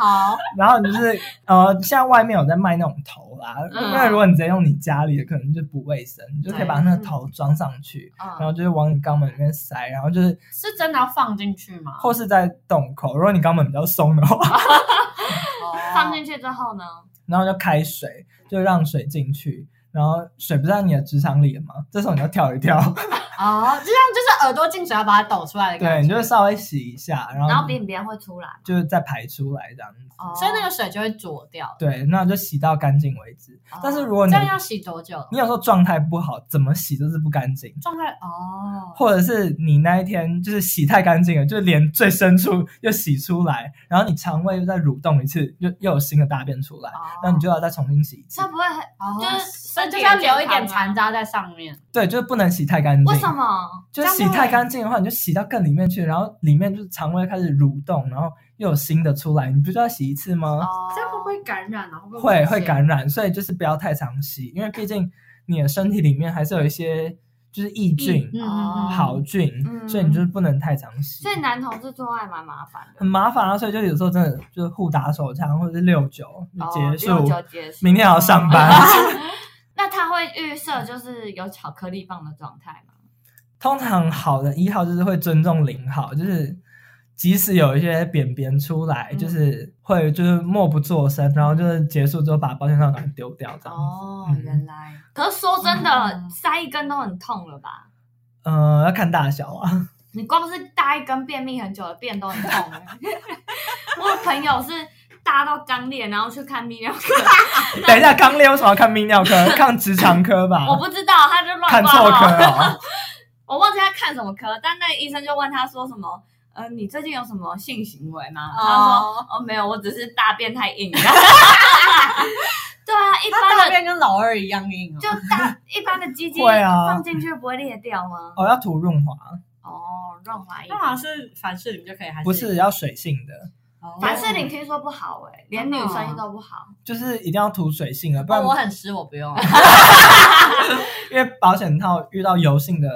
Speaker 3: 好，
Speaker 4: 然后你就是呃，像外面有在卖那种头啦，
Speaker 1: 嗯
Speaker 4: 因为如果你直接用你家里的，可能就不卫生，你就可以把那个头装上去，然后
Speaker 1: 嗯，
Speaker 4: 就是往你肛门里面塞，然后就是
Speaker 3: 是真的要放进去吗？
Speaker 4: 或是在洞口，如果你肛门比较松的话，
Speaker 3: 哦
Speaker 1: 放进去之后呢？
Speaker 4: 然后就开水，就让水进去。然后水不是在你的直肠里了吗？这时候你就跳一跳，
Speaker 1: 嗯
Speaker 3: 哦，就像就是耳朵进水要把它抖出来的
Speaker 4: 对
Speaker 3: 感
Speaker 4: 你
Speaker 3: 觉，
Speaker 4: 就稍微洗一下，然后
Speaker 1: 然后便便会出来吗。
Speaker 4: 就是再排出来这样子。
Speaker 1: 哦
Speaker 3: 所以那个水就会浊掉。哦
Speaker 4: 对，那就洗到干净为止。但是如果
Speaker 3: 这
Speaker 4: 你
Speaker 3: 样要洗多久？
Speaker 4: 你有时候状态不好，怎么洗都是不干净，
Speaker 3: 状态哦，
Speaker 4: 或者是你那一天就是洗太干净了，就连最深处又洗出来，然后你肠胃又再蠕动一次，又又有新的大便出来，那你就要再重新洗一次
Speaker 1: 这。不会很
Speaker 4: 嗯
Speaker 3: 就是哦所以
Speaker 1: 身体
Speaker 3: 就
Speaker 1: 也
Speaker 3: 是要留一
Speaker 1: 健康啊
Speaker 3: 点残渣在上面。
Speaker 4: 对，就是不能洗太干净。
Speaker 1: 为什？么？
Speaker 4: 就是洗太干净的话，你就洗到更里面去，然后里面就是肠胃开始蠕动，然后又有新的出来，你不就要洗一次吗？
Speaker 1: 哦
Speaker 3: 感染啊？会不
Speaker 4: 会会感染，所以就是不要太常洗，因为毕竟你的身体里面还是有一些就是益菌、
Speaker 3: 嗯
Speaker 1: 哦
Speaker 4: 好菌，
Speaker 1: 嗯
Speaker 4: 所以你就是不能太常洗。
Speaker 1: 所以男同志做爱蛮麻烦的
Speaker 4: 很，麻烦啊，所以就有时候真的就是互打手枪或者是六九
Speaker 1: 哦
Speaker 4: 就结束，
Speaker 1: 六九结束。
Speaker 4: 明天还要上班。
Speaker 1: 那他会预设就是有巧克力棒的状态吗？
Speaker 4: 通常好的一号就是会尊重零号，就是即使有一些扁扁出来，
Speaker 1: 嗯
Speaker 4: 就是会就是默不作声，然后就是结束之后把保险套赶快丢掉这样。
Speaker 3: 哦
Speaker 4: 嗯
Speaker 3: 原来
Speaker 1: 可是说真的，
Speaker 3: 嗯
Speaker 1: 塞一根都很痛了吧？
Speaker 4: 呃，要看大小啊，
Speaker 1: 你光是搭一根便秘很久的便都很痛 了。我有朋友是搭到肛裂，然后去看泌尿科，
Speaker 4: 等一下，肛裂为什么要看泌尿 科？看直肠科
Speaker 3: 啊
Speaker 4: 吧，
Speaker 1: 我不知道，啊他就乱
Speaker 4: 看
Speaker 1: 挂
Speaker 4: 错科
Speaker 1: 号。
Speaker 4: 哦。
Speaker 1: 我忘记他看什么科，但那医生就问他说什么，呃，你最近有什么性行为吗？他说，
Speaker 3: 哦，
Speaker 1: 哦，没有，我只是大便太 硬。对啊，一
Speaker 3: 他
Speaker 1: 般
Speaker 3: 大
Speaker 1: 的
Speaker 3: 便跟老二一样硬哦。
Speaker 1: 就大一般的鸡鸡
Speaker 4: 会啊
Speaker 1: 放进去不会裂掉吗？
Speaker 4: 哦，要涂润滑，
Speaker 1: 哦，润滑液
Speaker 3: 那。好像是凡士林就可以，还
Speaker 4: 不是要水性的，
Speaker 3: 哦
Speaker 1: 凡士林听说不好哎、连女生都不好。
Speaker 4: 就是一定要涂水性的，不然
Speaker 3: 哦，我很湿，我不用。
Speaker 4: 因为保险套遇到油性的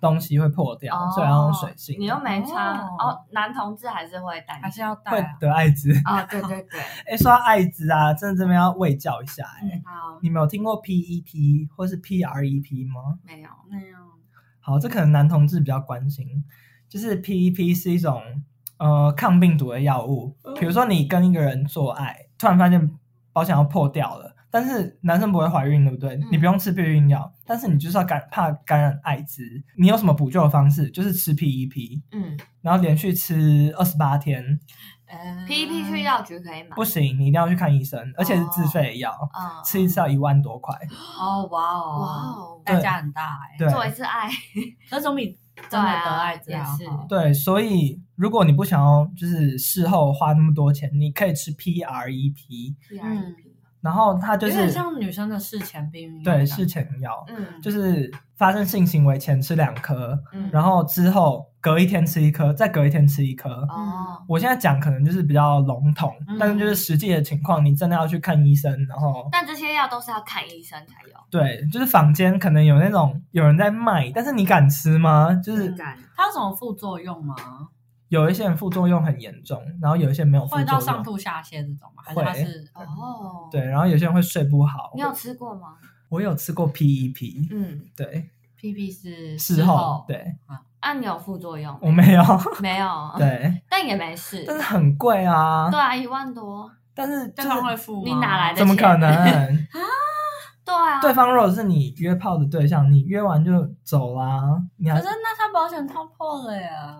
Speaker 4: 东西会破掉，
Speaker 1: 哦
Speaker 4: 所以要用水性的。
Speaker 1: 你又没穿
Speaker 3: 哦
Speaker 1: 哦，男同志还是会担
Speaker 3: 还
Speaker 1: 心
Speaker 3: 是要戴
Speaker 4: 会
Speaker 3: 啊。
Speaker 4: 得艾滋。
Speaker 1: 啊、哦。对对 对，
Speaker 4: 哎、说到艾滋啊，真的这边要卫教一下、欸。
Speaker 3: 嗯
Speaker 1: 好，
Speaker 4: 你们有听过 PET 或是 PREP 吗？
Speaker 1: 没有
Speaker 3: 那样
Speaker 4: 好，这可能男同志比较关心，就是 PEP 是一种呃抗病毒的药物。比如说你跟一个人做爱，突然发现保险要破掉了，但是男生不会怀孕，对不对？你不用吃避孕药，但是你就是要感怕感染艾滋，你有什么补救的方式？就是吃 E PEP，
Speaker 1: 嗯
Speaker 4: 然后连续吃二十八天，
Speaker 3: 嗯
Speaker 1: ，PEP E 去药局可以买。
Speaker 4: 不行，你一定要去看医生，而且是自费的药，
Speaker 1: 嗯，
Speaker 4: 吃一次要一万多块。
Speaker 3: 哦，哇哦，
Speaker 1: 哇哦
Speaker 3: 代价很大哎。
Speaker 4: 对
Speaker 1: 做一次爱，
Speaker 3: 那总比真的得艾滋
Speaker 1: 对啊
Speaker 3: 还
Speaker 1: 也
Speaker 3: 好
Speaker 1: 是。
Speaker 4: 对，所以如果你不想要就是事后花那么多钱，你可以吃 PREP，
Speaker 1: 嗯
Speaker 3: 嗯
Speaker 4: 然后它就
Speaker 3: 有点
Speaker 4: 是
Speaker 3: 像女生的事前避孕药。
Speaker 4: 对事。前药，
Speaker 1: 嗯，
Speaker 4: 就是发生性行为前吃两颗，
Speaker 1: 嗯
Speaker 4: 然后之后隔一天吃一颗，再隔一天吃一颗。
Speaker 1: 哦，
Speaker 4: 我现在讲可能就是比较笼统，
Speaker 3: 嗯
Speaker 4: 但是就是实际的情况，你真的要去看医生，然后
Speaker 1: 但这些药都是要看医生才有。
Speaker 4: 对，就是坊间可能有那种有人在卖，但是你敢吃吗？
Speaker 1: 嗯
Speaker 4: 就是
Speaker 3: 它有什么副作用吗？
Speaker 4: 有一些人副作用很严重，然后有一些没有副
Speaker 3: 会到
Speaker 4: 作
Speaker 3: 上
Speaker 4: 用，
Speaker 3: 吐下泻这种吗？还是它
Speaker 4: 会
Speaker 3: 是呃
Speaker 1: 哦，，
Speaker 4: 对，然后有些人会睡不好。
Speaker 1: 你有吃过吗？
Speaker 4: 我有吃过 PEP，
Speaker 1: 嗯，
Speaker 4: 对，
Speaker 3: PP 是
Speaker 4: 事后对
Speaker 1: 啊，你有副作用？
Speaker 4: 我没有，
Speaker 1: 没有，
Speaker 4: 对，
Speaker 1: 但也没事。对
Speaker 4: 但是很贵啊，
Speaker 1: 啊，一万多。
Speaker 4: 但是就
Speaker 3: 对
Speaker 4: 是
Speaker 3: 方会付吗？
Speaker 1: 你哪来的
Speaker 4: 怎么可能？
Speaker 1: 对啊，
Speaker 4: 对方如果是你约炮的对象，你约完就走啦，你
Speaker 3: 可
Speaker 4: 还
Speaker 3: 是那他保险套破了呀。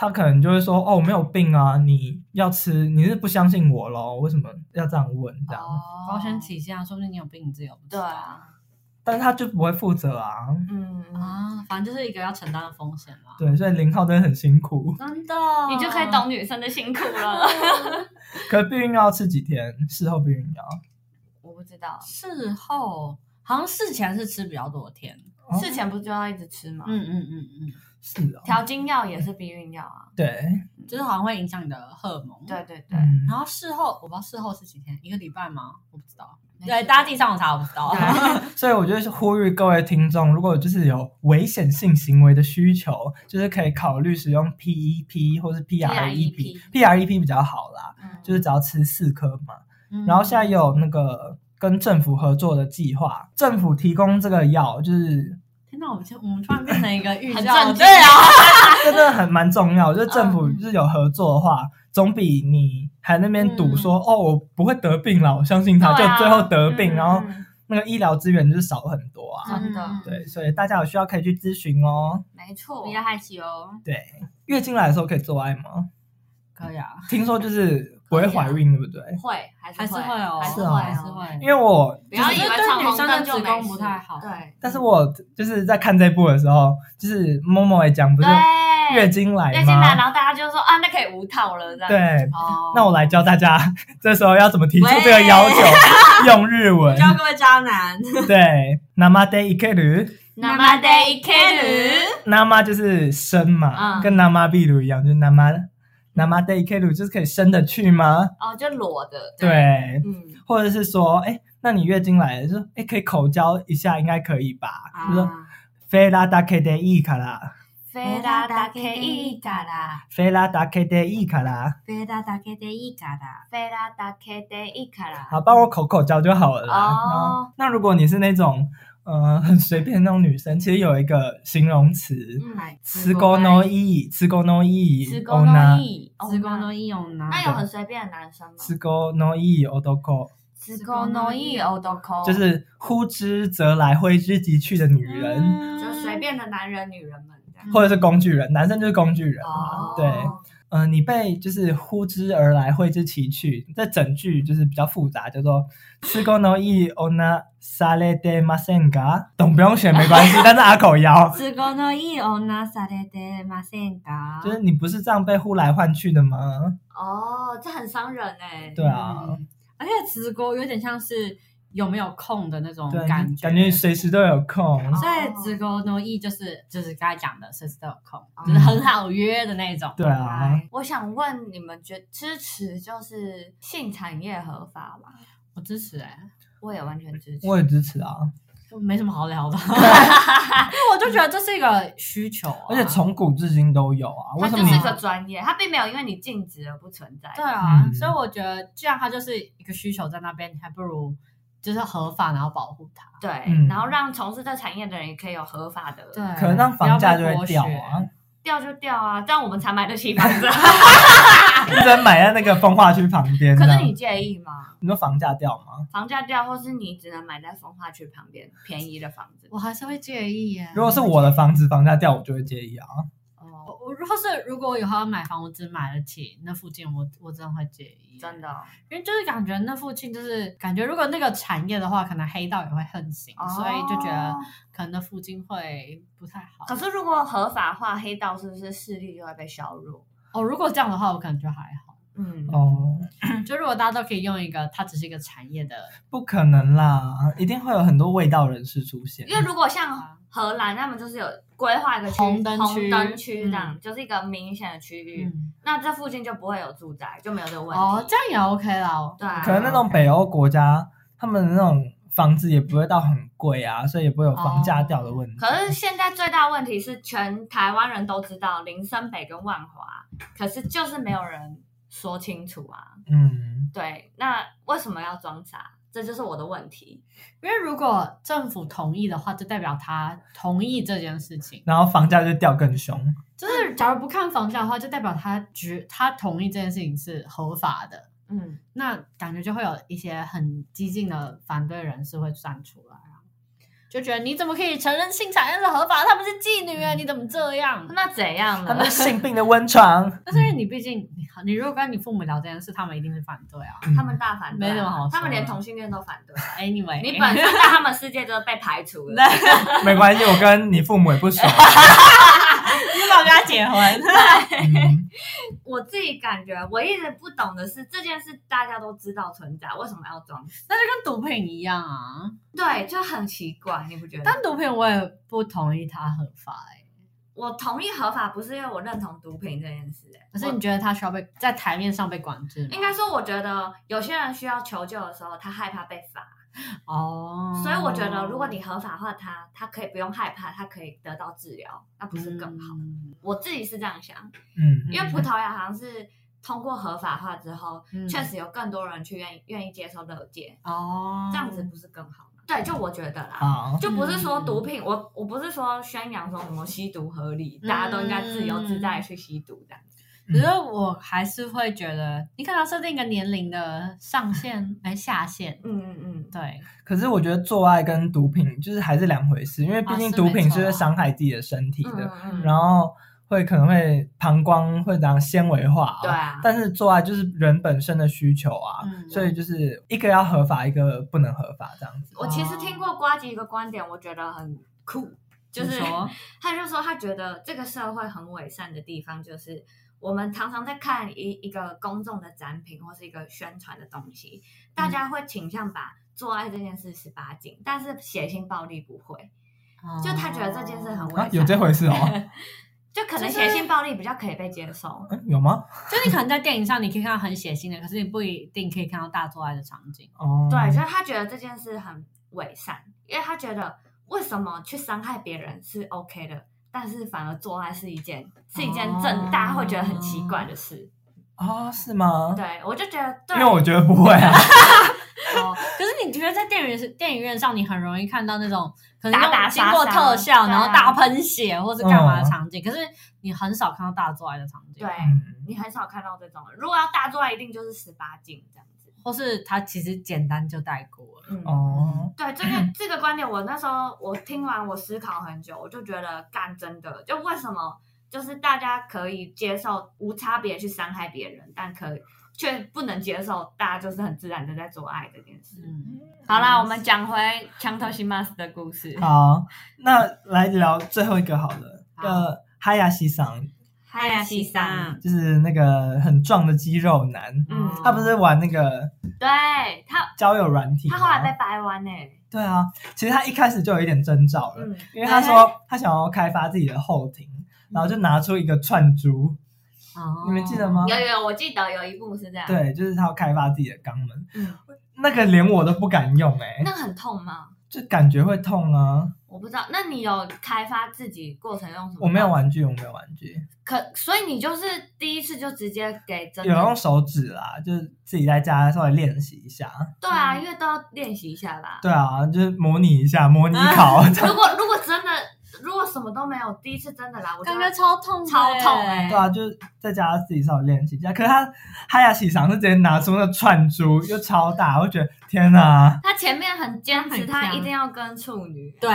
Speaker 4: 他可能就会说哦，我没有病啊，你要吃，你是不相信我咯？为什么要这样问这样？
Speaker 1: 哦
Speaker 3: 保险起见啊，说不定你有病，你自己有不知
Speaker 1: 对
Speaker 3: 道
Speaker 1: 啊，
Speaker 4: 但是他就不会负责啊，
Speaker 1: 嗯，
Speaker 3: 啊，反正就是一个要承担的风险嘛。
Speaker 4: 对，所以零号真的很辛苦。
Speaker 3: 真的，
Speaker 1: 你就可以懂女生的辛苦了。
Speaker 4: 可是避孕药要吃几天？事后避孕药
Speaker 1: 我不知道，
Speaker 3: 事后。好像事前是吃比较多天，
Speaker 4: 哦
Speaker 1: 事前不就要一直吃吗？
Speaker 3: 嗯嗯嗯嗯，
Speaker 4: 是哦，
Speaker 1: 调经药也是避孕药啊。
Speaker 4: 对，
Speaker 3: 就是好像会影响你的荷尔蒙。
Speaker 1: 对，对对，
Speaker 4: 嗯，
Speaker 3: 然后事后我不知道事后是几天，一个礼拜吗？我不知道。
Speaker 1: 没事啊
Speaker 3: 对，大家自己上网查，我不知道。
Speaker 4: 所以我就是呼吁各位听众，如果就是有危险性行为的需求，就是可以考虑使用 PEP 或是 E PREP，PREP 比较好啦，
Speaker 1: 嗯
Speaker 4: 就是只要吃四颗嘛。
Speaker 3: 嗯
Speaker 4: 然后现在也有那个跟政府合作的计划，政府提供这个药，就是
Speaker 3: 天哪，我们就我们突然变成一个预
Speaker 1: 很
Speaker 3: 兆
Speaker 1: 震惊
Speaker 3: 对啊，
Speaker 4: 这真的很蛮重要，就是政
Speaker 1: 嗯
Speaker 4: 府就是有合作的话，总比你还那边赌说、哦我不会得病啦，我相信他，
Speaker 1: 嗯对啊
Speaker 4: 就最后得病，
Speaker 1: 嗯
Speaker 4: 然后
Speaker 1: 嗯
Speaker 4: 那个医疗资源就是少很多啊。
Speaker 1: 真的
Speaker 3: 嗯
Speaker 4: 对，所以大家有需要可以去咨询哦。
Speaker 1: 没错，
Speaker 3: 害羞。
Speaker 4: 对，月经来的时候可以做爱吗？
Speaker 3: 可以啊，
Speaker 4: 听说就是不会怀孕，对不对？
Speaker 1: 会还是
Speaker 3: 还是会哦，
Speaker 1: 还是
Speaker 4: 是哦
Speaker 1: 会
Speaker 3: 还是
Speaker 1: 哦。
Speaker 3: 会，
Speaker 4: 因为我
Speaker 1: 不要
Speaker 3: 就是
Speaker 1: 以为
Speaker 3: 对
Speaker 1: 闯
Speaker 3: 女
Speaker 1: 红
Speaker 3: 生
Speaker 1: 灯
Speaker 3: 的
Speaker 1: 就
Speaker 3: 子
Speaker 1: 没
Speaker 3: 宫
Speaker 1: 事
Speaker 3: 不太好
Speaker 1: 对，
Speaker 4: 但是我就是在看这部的时候，就是默默也讲，不是
Speaker 1: 对
Speaker 4: 月经来
Speaker 1: 月经来，然
Speaker 4: 吗？
Speaker 1: 后大家就说啊，那可以无套了这样。
Speaker 4: 对，
Speaker 3: 哦
Speaker 4: 那我来教大家 这时候要怎么提出这个要求，用日 文。
Speaker 3: 教各位渣男，
Speaker 4: 对，那么得一克鲁，
Speaker 1: 那么得一开始，
Speaker 4: 那么就是生嘛，
Speaker 1: 嗯
Speaker 4: 跟那么秘鲁一样，就是那么那么得一克鲁，就是可以生得去吗？
Speaker 1: 哦，就裸的。，
Speaker 4: 对，
Speaker 1: 嗯，
Speaker 4: 或者是说，哎，那你月经来了，就说，哎，可以口交一下，应该可以吧？就
Speaker 3: 啊
Speaker 4: 说菲拉达 K 得一卡拉，
Speaker 1: 飞啦达 K 一嘎啦，
Speaker 4: 菲拉达 K 得一卡拉，
Speaker 3: 贝达达给的一嘎达，
Speaker 1: 飞啦达 K 得一卡啦。
Speaker 4: 好，帮我口口交就好了啦。
Speaker 1: 哦
Speaker 4: 然后那如果你是那种，呃很随便的那种女生，其实有一个形容词，
Speaker 1: 嗯，
Speaker 4: 吃狗 no 意，吃狗 no 意，
Speaker 1: 吃工东意，
Speaker 3: 子宫都应用呢，
Speaker 1: 哦那有很随便的男生吗？
Speaker 4: 吃狗 no 意 o d o k o
Speaker 1: 吃工东意，哦我都抠，
Speaker 4: 就是呼之则来，挥之即去的女人，
Speaker 1: 就随便的男人、女人们这样。
Speaker 4: 或者是工具人，男生就是工具人。
Speaker 1: 哦，
Speaker 4: 嗯对嗯、你被就是呼之而来，挥之其去。这整句就是比较复杂，叫做“吃狗 no i ona sale de masenga”，懂不用学没关系，但是阿口腰，
Speaker 3: 子宫都应用呢，萨雷德马线嘎
Speaker 4: 就是你不是这样被呼来唤去的吗？
Speaker 1: 哦，这很伤人哎。
Speaker 4: 对啊，
Speaker 3: 嗯而且子宫有点像是有没有空的那种
Speaker 4: 对，
Speaker 3: 感
Speaker 4: 感觉随时都有空。
Speaker 3: 所以
Speaker 1: 哦
Speaker 3: 子宫都意就是就是刚才讲的，随时都有空，就是很好约的那种。
Speaker 4: 哦对啊，
Speaker 1: 我想问你们觉支持就是性产业合法吗？
Speaker 3: 我支持哎、
Speaker 1: 我也完全支持。
Speaker 4: 我也支持啊，
Speaker 3: 就没什么好聊的， 因为我就觉得这是一个需求啊、
Speaker 4: 而且从古至今都有啊。为
Speaker 1: 它
Speaker 4: 什
Speaker 1: 就
Speaker 4: 么
Speaker 1: 是
Speaker 4: 你
Speaker 1: 一？个专业，它并没有因为你禁止而不存在。
Speaker 3: 对啊，
Speaker 4: 嗯
Speaker 3: 所以我觉得既然它就是一个需求在那边，你还不如就是合法，然后保护它。
Speaker 1: 对，
Speaker 4: 嗯
Speaker 1: 然后让从事这产业的人也可以有合法的，
Speaker 3: 对，
Speaker 4: 可能让
Speaker 3: 哎不要
Speaker 4: 房价
Speaker 3: 被
Speaker 4: 就会
Speaker 3: 剥
Speaker 4: 掉
Speaker 3: 削
Speaker 4: 啊。
Speaker 1: 掉就掉啊，这样我们才买得起房子。啊
Speaker 4: 你只能买在那个风化区旁边。
Speaker 1: 可
Speaker 4: 这
Speaker 1: 是
Speaker 4: 样
Speaker 1: 你介意吗？
Speaker 4: 你说房价掉吗？
Speaker 1: 房价掉，或是你只能买在风化区旁边便宜的房子？
Speaker 3: 我还是会介意耶。
Speaker 4: 如果是我的房子房价掉，我就会介意啊。
Speaker 1: 哦，
Speaker 3: 我，我如果是如果我以后要买房，我只买得起那附近我，我真的会介意，
Speaker 1: 真的哦
Speaker 3: 因为就是感觉那附近就是感觉，如果那个产业的话，可能黑道也会横行，
Speaker 1: 哦，啊
Speaker 3: 所以就觉得可能那附近会不太好。
Speaker 1: 可是如果合法化，黑道是不是势力就会被削弱？
Speaker 3: 哦，如果这样的话，我可能就还好。
Speaker 1: 嗯，
Speaker 4: 哦，
Speaker 3: 就如果大家都可以用一个，它只是一个产业的，
Speaker 4: 不可能啦，一定会有很多味道人士出现
Speaker 1: 因。为如果像荷兰，他们就是有规划一个区
Speaker 3: 啊红灯区
Speaker 1: 红灯区这样，就是一个明显的区域，
Speaker 3: 嗯，
Speaker 1: 那这附近就不会有住宅，就没有这个问题。
Speaker 3: 哦，这样也 OK 啦。
Speaker 1: 对啊
Speaker 4: 可能那种北欧国家，他们的那种房子也不会到很贵啊，所以也不会有房价掉的问题。
Speaker 1: 可是现在最大问题是，全台湾人都知道林森北跟万华，可是就是没有人说清楚啊。
Speaker 4: 嗯，
Speaker 1: 对，那为什么要装傻？这就是我的问题。
Speaker 3: 因为如果政府同意的话，就代表他同意这件事情。
Speaker 4: 然后房价就掉更凶。
Speaker 3: 就是假如不看房价的话，就代表他觉他同意这件事情是合法的，
Speaker 1: 嗯，
Speaker 3: 那感觉就会有一些很激进的反对人士会站出来啊，就觉得你怎么可以承认性产业是合法？他们是妓女啊，你怎么这样？
Speaker 1: 那怎样
Speaker 4: 他
Speaker 1: 呢
Speaker 4: 们？是性病的温床。
Speaker 3: 但是因为你毕竟你你如果跟你父母聊这件事，他们一定是反对啊。
Speaker 4: 嗯
Speaker 1: 他们大反对啊，
Speaker 3: 没什么好说的
Speaker 1: 他们连同性恋都反对。
Speaker 3: Anyway，
Speaker 1: 你 本身在他们世界就是被排除了。
Speaker 4: 没关系，我跟你父母也不啊熟。
Speaker 3: 你要跟他结 婚？
Speaker 4: 嗯，
Speaker 1: 我自己感觉，我一直不懂的是这件事，大家都知道存在，为什么要装死？
Speaker 3: 那就跟毒品一样啊。
Speaker 1: 对，就很奇怪，你不觉得？
Speaker 3: 但毒品我也不同意它合法、欸，
Speaker 1: 我同意合法，不是因为我认同毒品这件事、欸，
Speaker 3: 可是
Speaker 1: 我
Speaker 3: 你觉得它需要被在台面上被管制吗？
Speaker 1: 应该说，我觉得有些人需要求救的时候，他害怕被罚，
Speaker 3: 哦，
Speaker 1: 所以我觉得如果你合法化他，他可以不用害怕，他可以得到治疗，那不是更好？
Speaker 3: 嗯
Speaker 1: 我自己是这样想，
Speaker 4: 嗯，
Speaker 1: 因为葡萄牙好像是通过合法化之后，
Speaker 3: 嗯
Speaker 1: 确实有更多人去愿意愿意接受乐戒，
Speaker 3: 哦，
Speaker 1: 这样子不是更好吗？对，就我觉得啦。
Speaker 4: 好，
Speaker 1: 就不是说毒品，我我不是说宣扬说什么吸毒合理，大家都应该自由自在地去吸毒这样子。
Speaker 3: 可是我还是会觉得，你可能要设定一个年龄的上限，哎，下限。
Speaker 1: 嗯嗯嗯，
Speaker 3: 对，
Speaker 4: 可是我觉得做爱跟毒品就是还是两回事，因为毕
Speaker 3: 啊
Speaker 4: 竟
Speaker 3: 是
Speaker 4: 毒
Speaker 3: 没
Speaker 4: 品
Speaker 3: 错
Speaker 4: 是会
Speaker 3: 啊
Speaker 4: 伤害自己的身体的，
Speaker 1: 嗯嗯嗯
Speaker 4: 然后会可能会膀胱会长纤维化、啊，
Speaker 1: 对啊
Speaker 4: 但是做爱就是人本身的需求啊，
Speaker 3: 嗯
Speaker 4: 所以就是一个要合法，一个不能合法这样子。
Speaker 1: 我其实听过瓜吉一个观点，我觉得很酷，就是
Speaker 3: 你 说
Speaker 1: 他就说他觉得这个社会很伪善的地方，就是我们常常在看一一个公众的展品或是一个宣传的东西，大家会倾向把做爱这件事十八禁，但是血腥暴力不会，就他觉得这件事很
Speaker 3: 哦
Speaker 1: 伪
Speaker 4: 啊
Speaker 1: 善，，
Speaker 4: 有这回事哦？
Speaker 1: 就可能
Speaker 3: 就是
Speaker 1: 血腥暴力比较可以被接受。
Speaker 4: 嗯，有吗？
Speaker 3: 就你可能在电影上你可以看到很血腥的，可是你不一定可以看到大做爱的场景。
Speaker 4: 哦，
Speaker 1: 对，啊就是他觉得这件事很伪善，因为他觉得为什么去伤害别人是 OK 的，但是反而做爱是一件是一件正大家会觉得很奇怪的事。
Speaker 4: 哦，是吗？
Speaker 1: 对我就觉得，对
Speaker 4: 因为我觉得不会啊，
Speaker 3: 哦，可是你觉得在电影电影院上，你很容易看到那种可能
Speaker 1: 打打
Speaker 3: 用经
Speaker 1: 杀
Speaker 3: 过
Speaker 1: 杀
Speaker 3: 特效，
Speaker 1: 对
Speaker 3: 然后大喷血或是干嘛的
Speaker 4: 嗯
Speaker 3: 场景，可是你很少看到大做爱的场景。
Speaker 1: 对啊
Speaker 4: 嗯
Speaker 1: 你很少看到这种人。如果要大做爱，一定就是十八禁这样子。
Speaker 3: 或是他其实简单就带过了。
Speaker 1: 嗯，
Speaker 4: 哦，
Speaker 1: 对这个这个观点，我那时候我听完，我思考很久，我就觉得干真的，就为什么就是大家可以接受无差别去伤害别人，但可却不能接受大家就是很自然的在做爱这件事。
Speaker 3: 嗯，
Speaker 1: 好啦，我们讲回枪头西马斯的故事。
Speaker 4: 好，那来聊最后一个好了，
Speaker 1: 好
Speaker 4: 呃，哈亚西桑
Speaker 1: 嗨呀，西桑，
Speaker 4: 就是那个很壮的肌肉男，
Speaker 1: 嗯
Speaker 4: 他不是玩那个
Speaker 1: 对他，
Speaker 4: 交友软体吗，
Speaker 1: 他后来被掰弯呢、欸
Speaker 4: 对啊，其实他一开始就有一点征兆了，
Speaker 1: 嗯，
Speaker 4: 因为他说他想要开发自己的后庭，然后就拿出一个串珠，
Speaker 3: 哦
Speaker 4: 你们记得吗？
Speaker 1: 有有，我记得有一幕是这样。，
Speaker 4: 对，就是他要开发自己的肛门，
Speaker 1: 嗯，
Speaker 4: 那个连我都不敢用哎、
Speaker 1: 那很痛吗？
Speaker 4: 就感觉会痛啊。
Speaker 1: 我不知道。那你有开发自己过程用什么？
Speaker 4: 我没有。玩具，我没有玩具，
Speaker 1: 可所以你就是第一次就直接给真
Speaker 4: 有啊用
Speaker 1: 的？
Speaker 4: 手指啦，就是自己在家稍微练习一下。
Speaker 1: 对啊，
Speaker 3: 嗯
Speaker 1: 因为都要练习一下吧。
Speaker 4: 对啊，就是模拟一下，模拟考。
Speaker 1: 如果如果真的如果什么都没有，第一次真的来，我就
Speaker 3: 刚刚超痛的
Speaker 1: 超
Speaker 3: 欸
Speaker 1: 痛哎、
Speaker 4: 对啊，就是在家自己稍微练习一下。可是他哈亚喜长是直接拿出那串珠，又超大，我就觉得天哪！
Speaker 1: 他前面很坚持，
Speaker 3: 很
Speaker 1: 他
Speaker 3: 强
Speaker 1: 一定要跟处女，
Speaker 3: 对，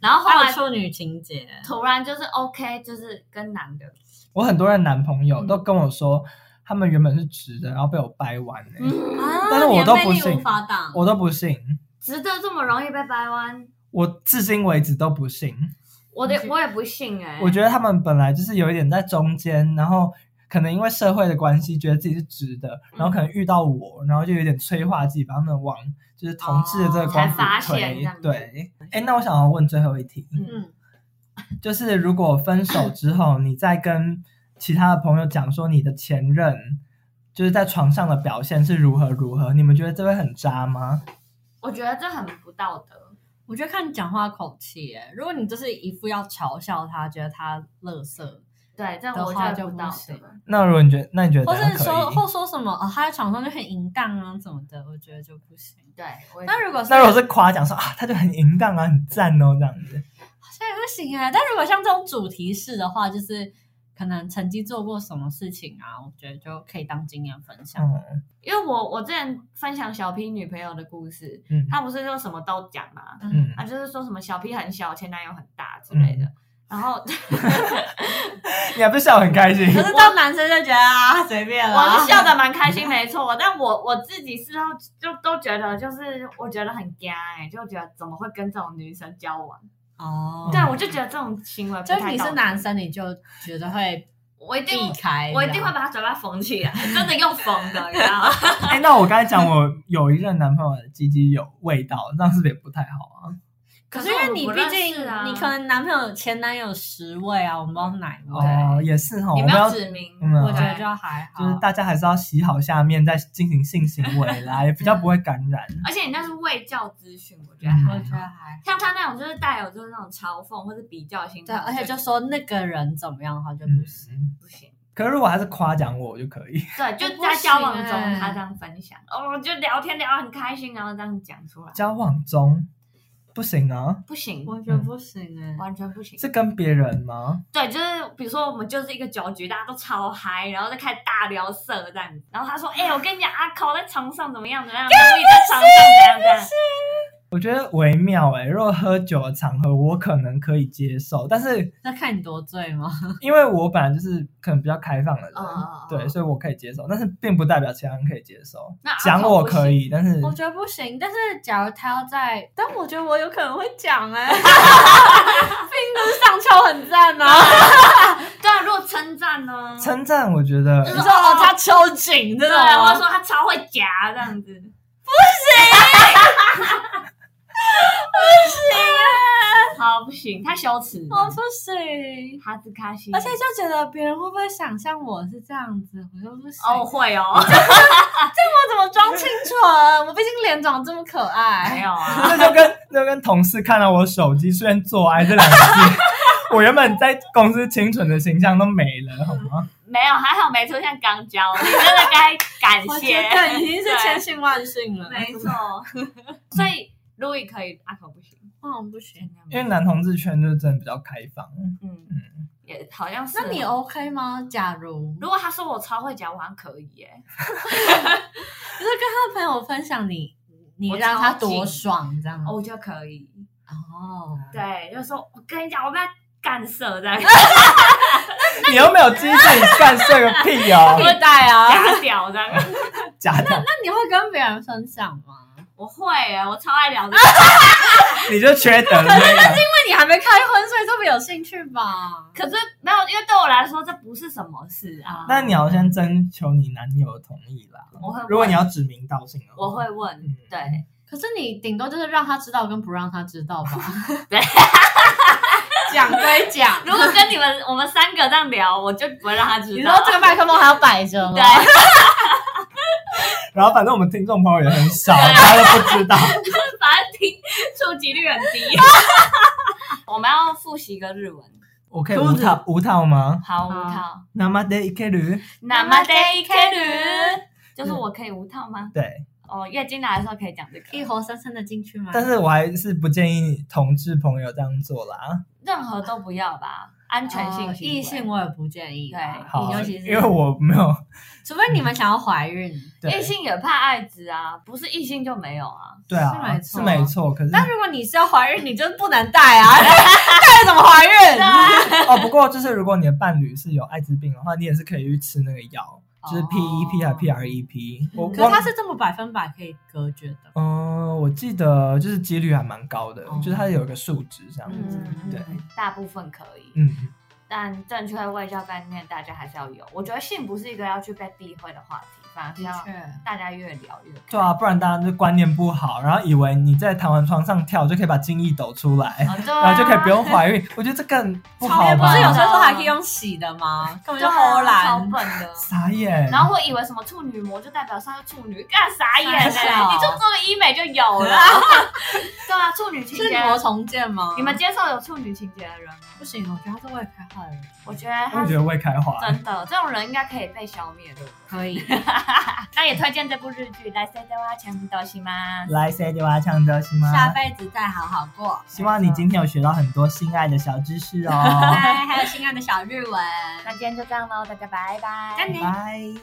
Speaker 1: 然后后
Speaker 3: 还
Speaker 1: 来
Speaker 3: 有处女情节，
Speaker 1: 突然就是 OK，就是跟男的，
Speaker 4: 我很多人男朋友都跟我说，他们原本是直的，然后被我掰弯欸
Speaker 1: 嗯，
Speaker 3: 啊
Speaker 4: 但是我都不
Speaker 3: 你的魅力
Speaker 4: 信
Speaker 3: 无法挡。
Speaker 4: 我都不信，
Speaker 1: 值得这么容易被掰弯，
Speaker 4: 我至今为止都不信。
Speaker 1: 我
Speaker 3: 嗯
Speaker 1: 的我也不信哎、
Speaker 4: 我觉得他们本来就是有一点在中间，然后可能因为社会的关系，觉得自己是直的，
Speaker 1: 嗯
Speaker 4: 然后可能遇到我，然后就有点催化剂，把他们往就是同志的这个光
Speaker 1: 哦才发现
Speaker 4: 谱
Speaker 1: 这
Speaker 4: 推
Speaker 1: 样。子
Speaker 4: 对，哎，那我想要问最后一题，
Speaker 3: 嗯，
Speaker 4: 就是如果分手之后，你再跟其他的朋友讲说你的前任就是在床上的表现是如何如何，你们觉得这会很渣吗？
Speaker 1: 我觉得这很不道德。
Speaker 3: 我觉得看你讲话口气，哎，如果你就是一副要嘲笑他，觉得他乐色，
Speaker 1: 对，这
Speaker 3: 的
Speaker 1: 我
Speaker 3: 话
Speaker 1: 觉得
Speaker 3: 就
Speaker 1: 不
Speaker 3: 不
Speaker 1: 道
Speaker 3: 行
Speaker 1: 德。
Speaker 4: 那如果你觉得，那你觉得
Speaker 3: 或
Speaker 4: 怎样
Speaker 3: 是
Speaker 4: 可以
Speaker 3: 说或说什么哦，他在床上就很淫荡啊什么的，我觉得就不行。
Speaker 1: 对，我也觉
Speaker 3: 那
Speaker 1: 得
Speaker 3: 如果是
Speaker 4: 那如果是夸奖说啊，他就很淫荡啊，很赞哦，这样子。
Speaker 3: 好像也不行哎，但如果像这种主题式的话，就是可能曾经做过什么事情啊，我觉得就可以当经验分享。
Speaker 4: 嗯
Speaker 1: 因为我我之前分享小 P 女朋友的故事，
Speaker 4: 嗯
Speaker 1: 她不是就什么都讲嘛，
Speaker 4: 嗯
Speaker 1: 她就是说什么小 P 很小，前男友很大之类的。然 后
Speaker 4: 你还不是笑得很 开心？
Speaker 3: 可是当男生就觉得啊，随便了，
Speaker 1: 我是笑的蛮开心，没错，但我我自己事后就都觉得，就是我觉得很干哎、就觉得怎么会跟这种女生交往？
Speaker 3: 哦，
Speaker 1: 对，我就觉得这种行为不
Speaker 3: 就
Speaker 1: 太
Speaker 3: 是你
Speaker 1: 道
Speaker 3: 是
Speaker 1: 德
Speaker 3: 男，生，你就觉得会
Speaker 1: 我一定
Speaker 3: 避开，
Speaker 1: 我一定会把她嘴巴缝起来，真的用缝的，你知道吗？
Speaker 4: 哎、那我刚才讲我有一任男朋友的鸡鸡有味道，这样是不是也不太好啊？
Speaker 3: 可是因为你
Speaker 1: 我们
Speaker 3: 毕
Speaker 1: 不认
Speaker 3: 竟
Speaker 1: 识啊
Speaker 3: 你可能男朋友前男友十位啊，我们不知道是哪一位，
Speaker 4: 哦，也是哈，我
Speaker 1: 你
Speaker 4: 们
Speaker 1: 没
Speaker 4: 要
Speaker 1: 有
Speaker 4: 就
Speaker 1: 指明，
Speaker 4: 嗯啊
Speaker 3: 我觉得就还好。
Speaker 4: 是大家还是要洗好下面再进行性行为啦， 也比较不会感染。
Speaker 1: 而且你那是卫教资讯，我
Speaker 4: 嗯
Speaker 1: 觉得还
Speaker 3: 我
Speaker 1: 好
Speaker 3: 觉得还
Speaker 1: 像他那种就是带有就是那种嘲讽或者比较心，
Speaker 3: 对，而且就
Speaker 1: 就
Speaker 3: 说那个人怎么样的话就不行。
Speaker 4: 嗯，
Speaker 1: 不行。
Speaker 4: 可是如果还是夸奖我，我就可以。
Speaker 1: 对，就
Speaker 3: 不
Speaker 1: 在交
Speaker 3: 行
Speaker 1: 往中
Speaker 3: 欸
Speaker 1: 他这样分享，哦，就聊天聊得很开心，然后这样讲出来，
Speaker 4: 交往中不行啊，
Speaker 1: 不行，
Speaker 3: 我觉得不行哎、
Speaker 1: 完全不行。
Speaker 4: 是跟别人吗？
Speaker 1: 对，就是比如说我们就是一个酒局，大家都超嗨，然后再开始大聊色这样子，然后 他说，哎、我跟你讲，阿考在床上怎么样怎么样，我也在床上怎样怎样，
Speaker 4: 我觉得微妙哎、如果喝酒的场合，我可能可以接受，但是
Speaker 3: 那看你多醉吗？
Speaker 4: 因为我本来就是可能比较开放的人，
Speaker 1: 嗯嗯嗯嗯
Speaker 4: 对，所以我可以接受，但是并不代表其他人可以接受。
Speaker 1: 那
Speaker 4: 讲
Speaker 1: 阿口
Speaker 4: 我
Speaker 1: 不
Speaker 4: 可
Speaker 1: 行
Speaker 4: 以，但是
Speaker 3: 我觉得不行。但是假如他要在，但我觉得我有可能会讲 哎、欸，并不是上翘很赞呐、啊。
Speaker 1: 对啊，如果称赞呢？
Speaker 4: 称赞我觉得
Speaker 1: 就
Speaker 3: 你
Speaker 1: 是
Speaker 3: 说哦，他抽筋这
Speaker 1: 对，啊
Speaker 3: 种啊
Speaker 1: 或
Speaker 3: 吗，
Speaker 1: 者说他超会夹这样子，
Speaker 3: 啊
Speaker 1: 啊好不行，太羞耻
Speaker 3: 我
Speaker 1: 了
Speaker 3: 不，行。
Speaker 1: 哈兹卡西，
Speaker 3: 而且就觉得别人会不会想象我是这样子，我又不行。
Speaker 1: 哦
Speaker 3: 我
Speaker 1: 会哦，
Speaker 3: 怎么装清纯？我毕竟脸长得这么可爱。
Speaker 1: 没有啊。
Speaker 4: 这就跟这就跟同事看到我手机出现“做爱”这两个字，我原本在公司清纯的形象都没了，好吗？
Speaker 1: 没有，还好没出现肛交，你真的该感
Speaker 3: 我觉
Speaker 1: 谢。
Speaker 3: 得已经是千
Speaker 1: 对
Speaker 3: 幸万幸了。
Speaker 1: 没错，所以 Louis 可以，阿可不行，
Speaker 3: 嗯，不行。
Speaker 4: 因为男同志圈就真的比较开放，
Speaker 1: 嗯
Speaker 4: 嗯，
Speaker 1: 也好像是。 哦啊
Speaker 3: 那你 OK 吗？假如
Speaker 1: 如果他说我超会讲，我好像可以耶。
Speaker 3: 就是跟他朋友分享你，你
Speaker 1: 我
Speaker 3: 让他
Speaker 1: 超级
Speaker 3: 多爽这样吗
Speaker 1: 我就可以。
Speaker 3: 哦，
Speaker 1: 对，就说我跟你讲，我被他干涉在
Speaker 4: 你又没有机会，你干睡个屁哦！
Speaker 3: 带啊。
Speaker 1: 假屌这样。
Speaker 4: 假的，
Speaker 3: 那你会跟别人分享吗？
Speaker 1: 我会耶，我超爱聊这 个。
Speaker 4: 你就缺德那个。
Speaker 3: 那你还没开荤，所以特别有兴趣吧？
Speaker 1: 可是没有，因为对我来说这不是什么事啊。
Speaker 4: 那你要先征求你男友的同意啦。
Speaker 1: 我会问
Speaker 4: 如果你要指名道姓的话，
Speaker 1: 我会问
Speaker 4: 嗯，
Speaker 1: 对，
Speaker 3: 可是你顶多就是让他知道跟不让他知道吧。
Speaker 1: 对，
Speaker 3: 讲归讲，
Speaker 1: 如果跟你们 我们三个这样聊，我就不会让他
Speaker 3: 你
Speaker 1: 知
Speaker 3: 说
Speaker 1: 道。
Speaker 3: 这个麦克风还要摆着吗？
Speaker 1: 对，
Speaker 4: 然后反正我们听众朋友也很少，大家都不知道。
Speaker 1: 反正听触及率很低。 我们要复习一个日文，
Speaker 4: 我可以无套无套吗？
Speaker 1: 好无
Speaker 3: 好
Speaker 1: 套，
Speaker 4: 那么得一 k 驴，
Speaker 1: 那么 day can 就是我可以无套吗？
Speaker 4: 对。
Speaker 1: 哦，月经来的时候可以讲这
Speaker 3: 一
Speaker 1: 个，
Speaker 3: 活生生的进去吗？
Speaker 4: 但是我还是不建议同志朋友这样做啦。
Speaker 1: 任何都不要吧，安全性
Speaker 3: 呃
Speaker 1: 行为
Speaker 3: 异性，我也不建议啦。
Speaker 1: 对
Speaker 4: 好
Speaker 3: 尤其，是
Speaker 4: 因为我没有
Speaker 3: 除非你们想要怀孕，
Speaker 4: 对
Speaker 1: 异性也怕艾滋啊，不是异性就没有 啊。
Speaker 4: 对啊，
Speaker 3: 是
Speaker 4: 是
Speaker 3: 没错
Speaker 4: 没错。可是
Speaker 3: 但如果你是要怀孕，你就是不能带 啊，带了怎么怀孕？
Speaker 1: 啊
Speaker 4: 哦，不过就是如果你的伴侣是有艾滋病的话，你也是可以去吃那个药，就是 P E P 还 P R E P。我
Speaker 3: 哦嗯可是
Speaker 4: 忘
Speaker 3: 他是这么百分百可以隔绝的。
Speaker 4: 嗯，我记得就是几率还蛮高的，
Speaker 3: 哦
Speaker 4: 就是它有一个数值这样子。
Speaker 1: 嗯，
Speaker 4: 对，
Speaker 1: 大部分可以，
Speaker 4: 嗯，
Speaker 1: 但正确的卫教概念大家还是要有。我觉得性不是一个要去被避讳的话题，反而是
Speaker 3: 的
Speaker 1: 要
Speaker 3: 确。
Speaker 1: 大家越聊越开
Speaker 4: 对啊，不然大家就观念不好，然后以为你在弹簧床上跳就可以把精液抖出来，
Speaker 1: 哦对啊
Speaker 4: 然后就可以不用怀孕。我觉得这更不
Speaker 3: 旁
Speaker 4: 好
Speaker 3: 边不
Speaker 4: 吧
Speaker 3: 是？有时候还可以用洗的吗？根本
Speaker 1: 对
Speaker 3: 就
Speaker 1: 啊
Speaker 3: 偷
Speaker 1: 超
Speaker 3: 懒
Speaker 1: 笨。 的。
Speaker 4: 傻眼。
Speaker 1: 然后我以为什么处女膜就代表上是处女，干傻眼呢、
Speaker 3: 傻笑
Speaker 1: 你就做个医美就有 了。对啊，处女情
Speaker 3: 是
Speaker 1: 节，
Speaker 3: 膜重建吗？
Speaker 1: 你们接受有处女情节的人吗？
Speaker 3: 不行，我觉得他是未开化的人。
Speaker 1: 我觉得
Speaker 4: 我
Speaker 1: 他
Speaker 4: 也觉得未开化，
Speaker 1: 真的这种人应该可以被消灭的。
Speaker 3: 可 以，
Speaker 1: 那也推荐这部日剧《来塞德瓦强都行吗？
Speaker 4: 来 C D 娃唱的行吗？
Speaker 3: 下辈子再好好过。
Speaker 4: 希望你今天有学到很多性爱的小知识哦。
Speaker 3: 拜，还有心爱的小日文。
Speaker 1: 那今天就这样喽，大家拜拜，
Speaker 3: 再见
Speaker 4: 拜。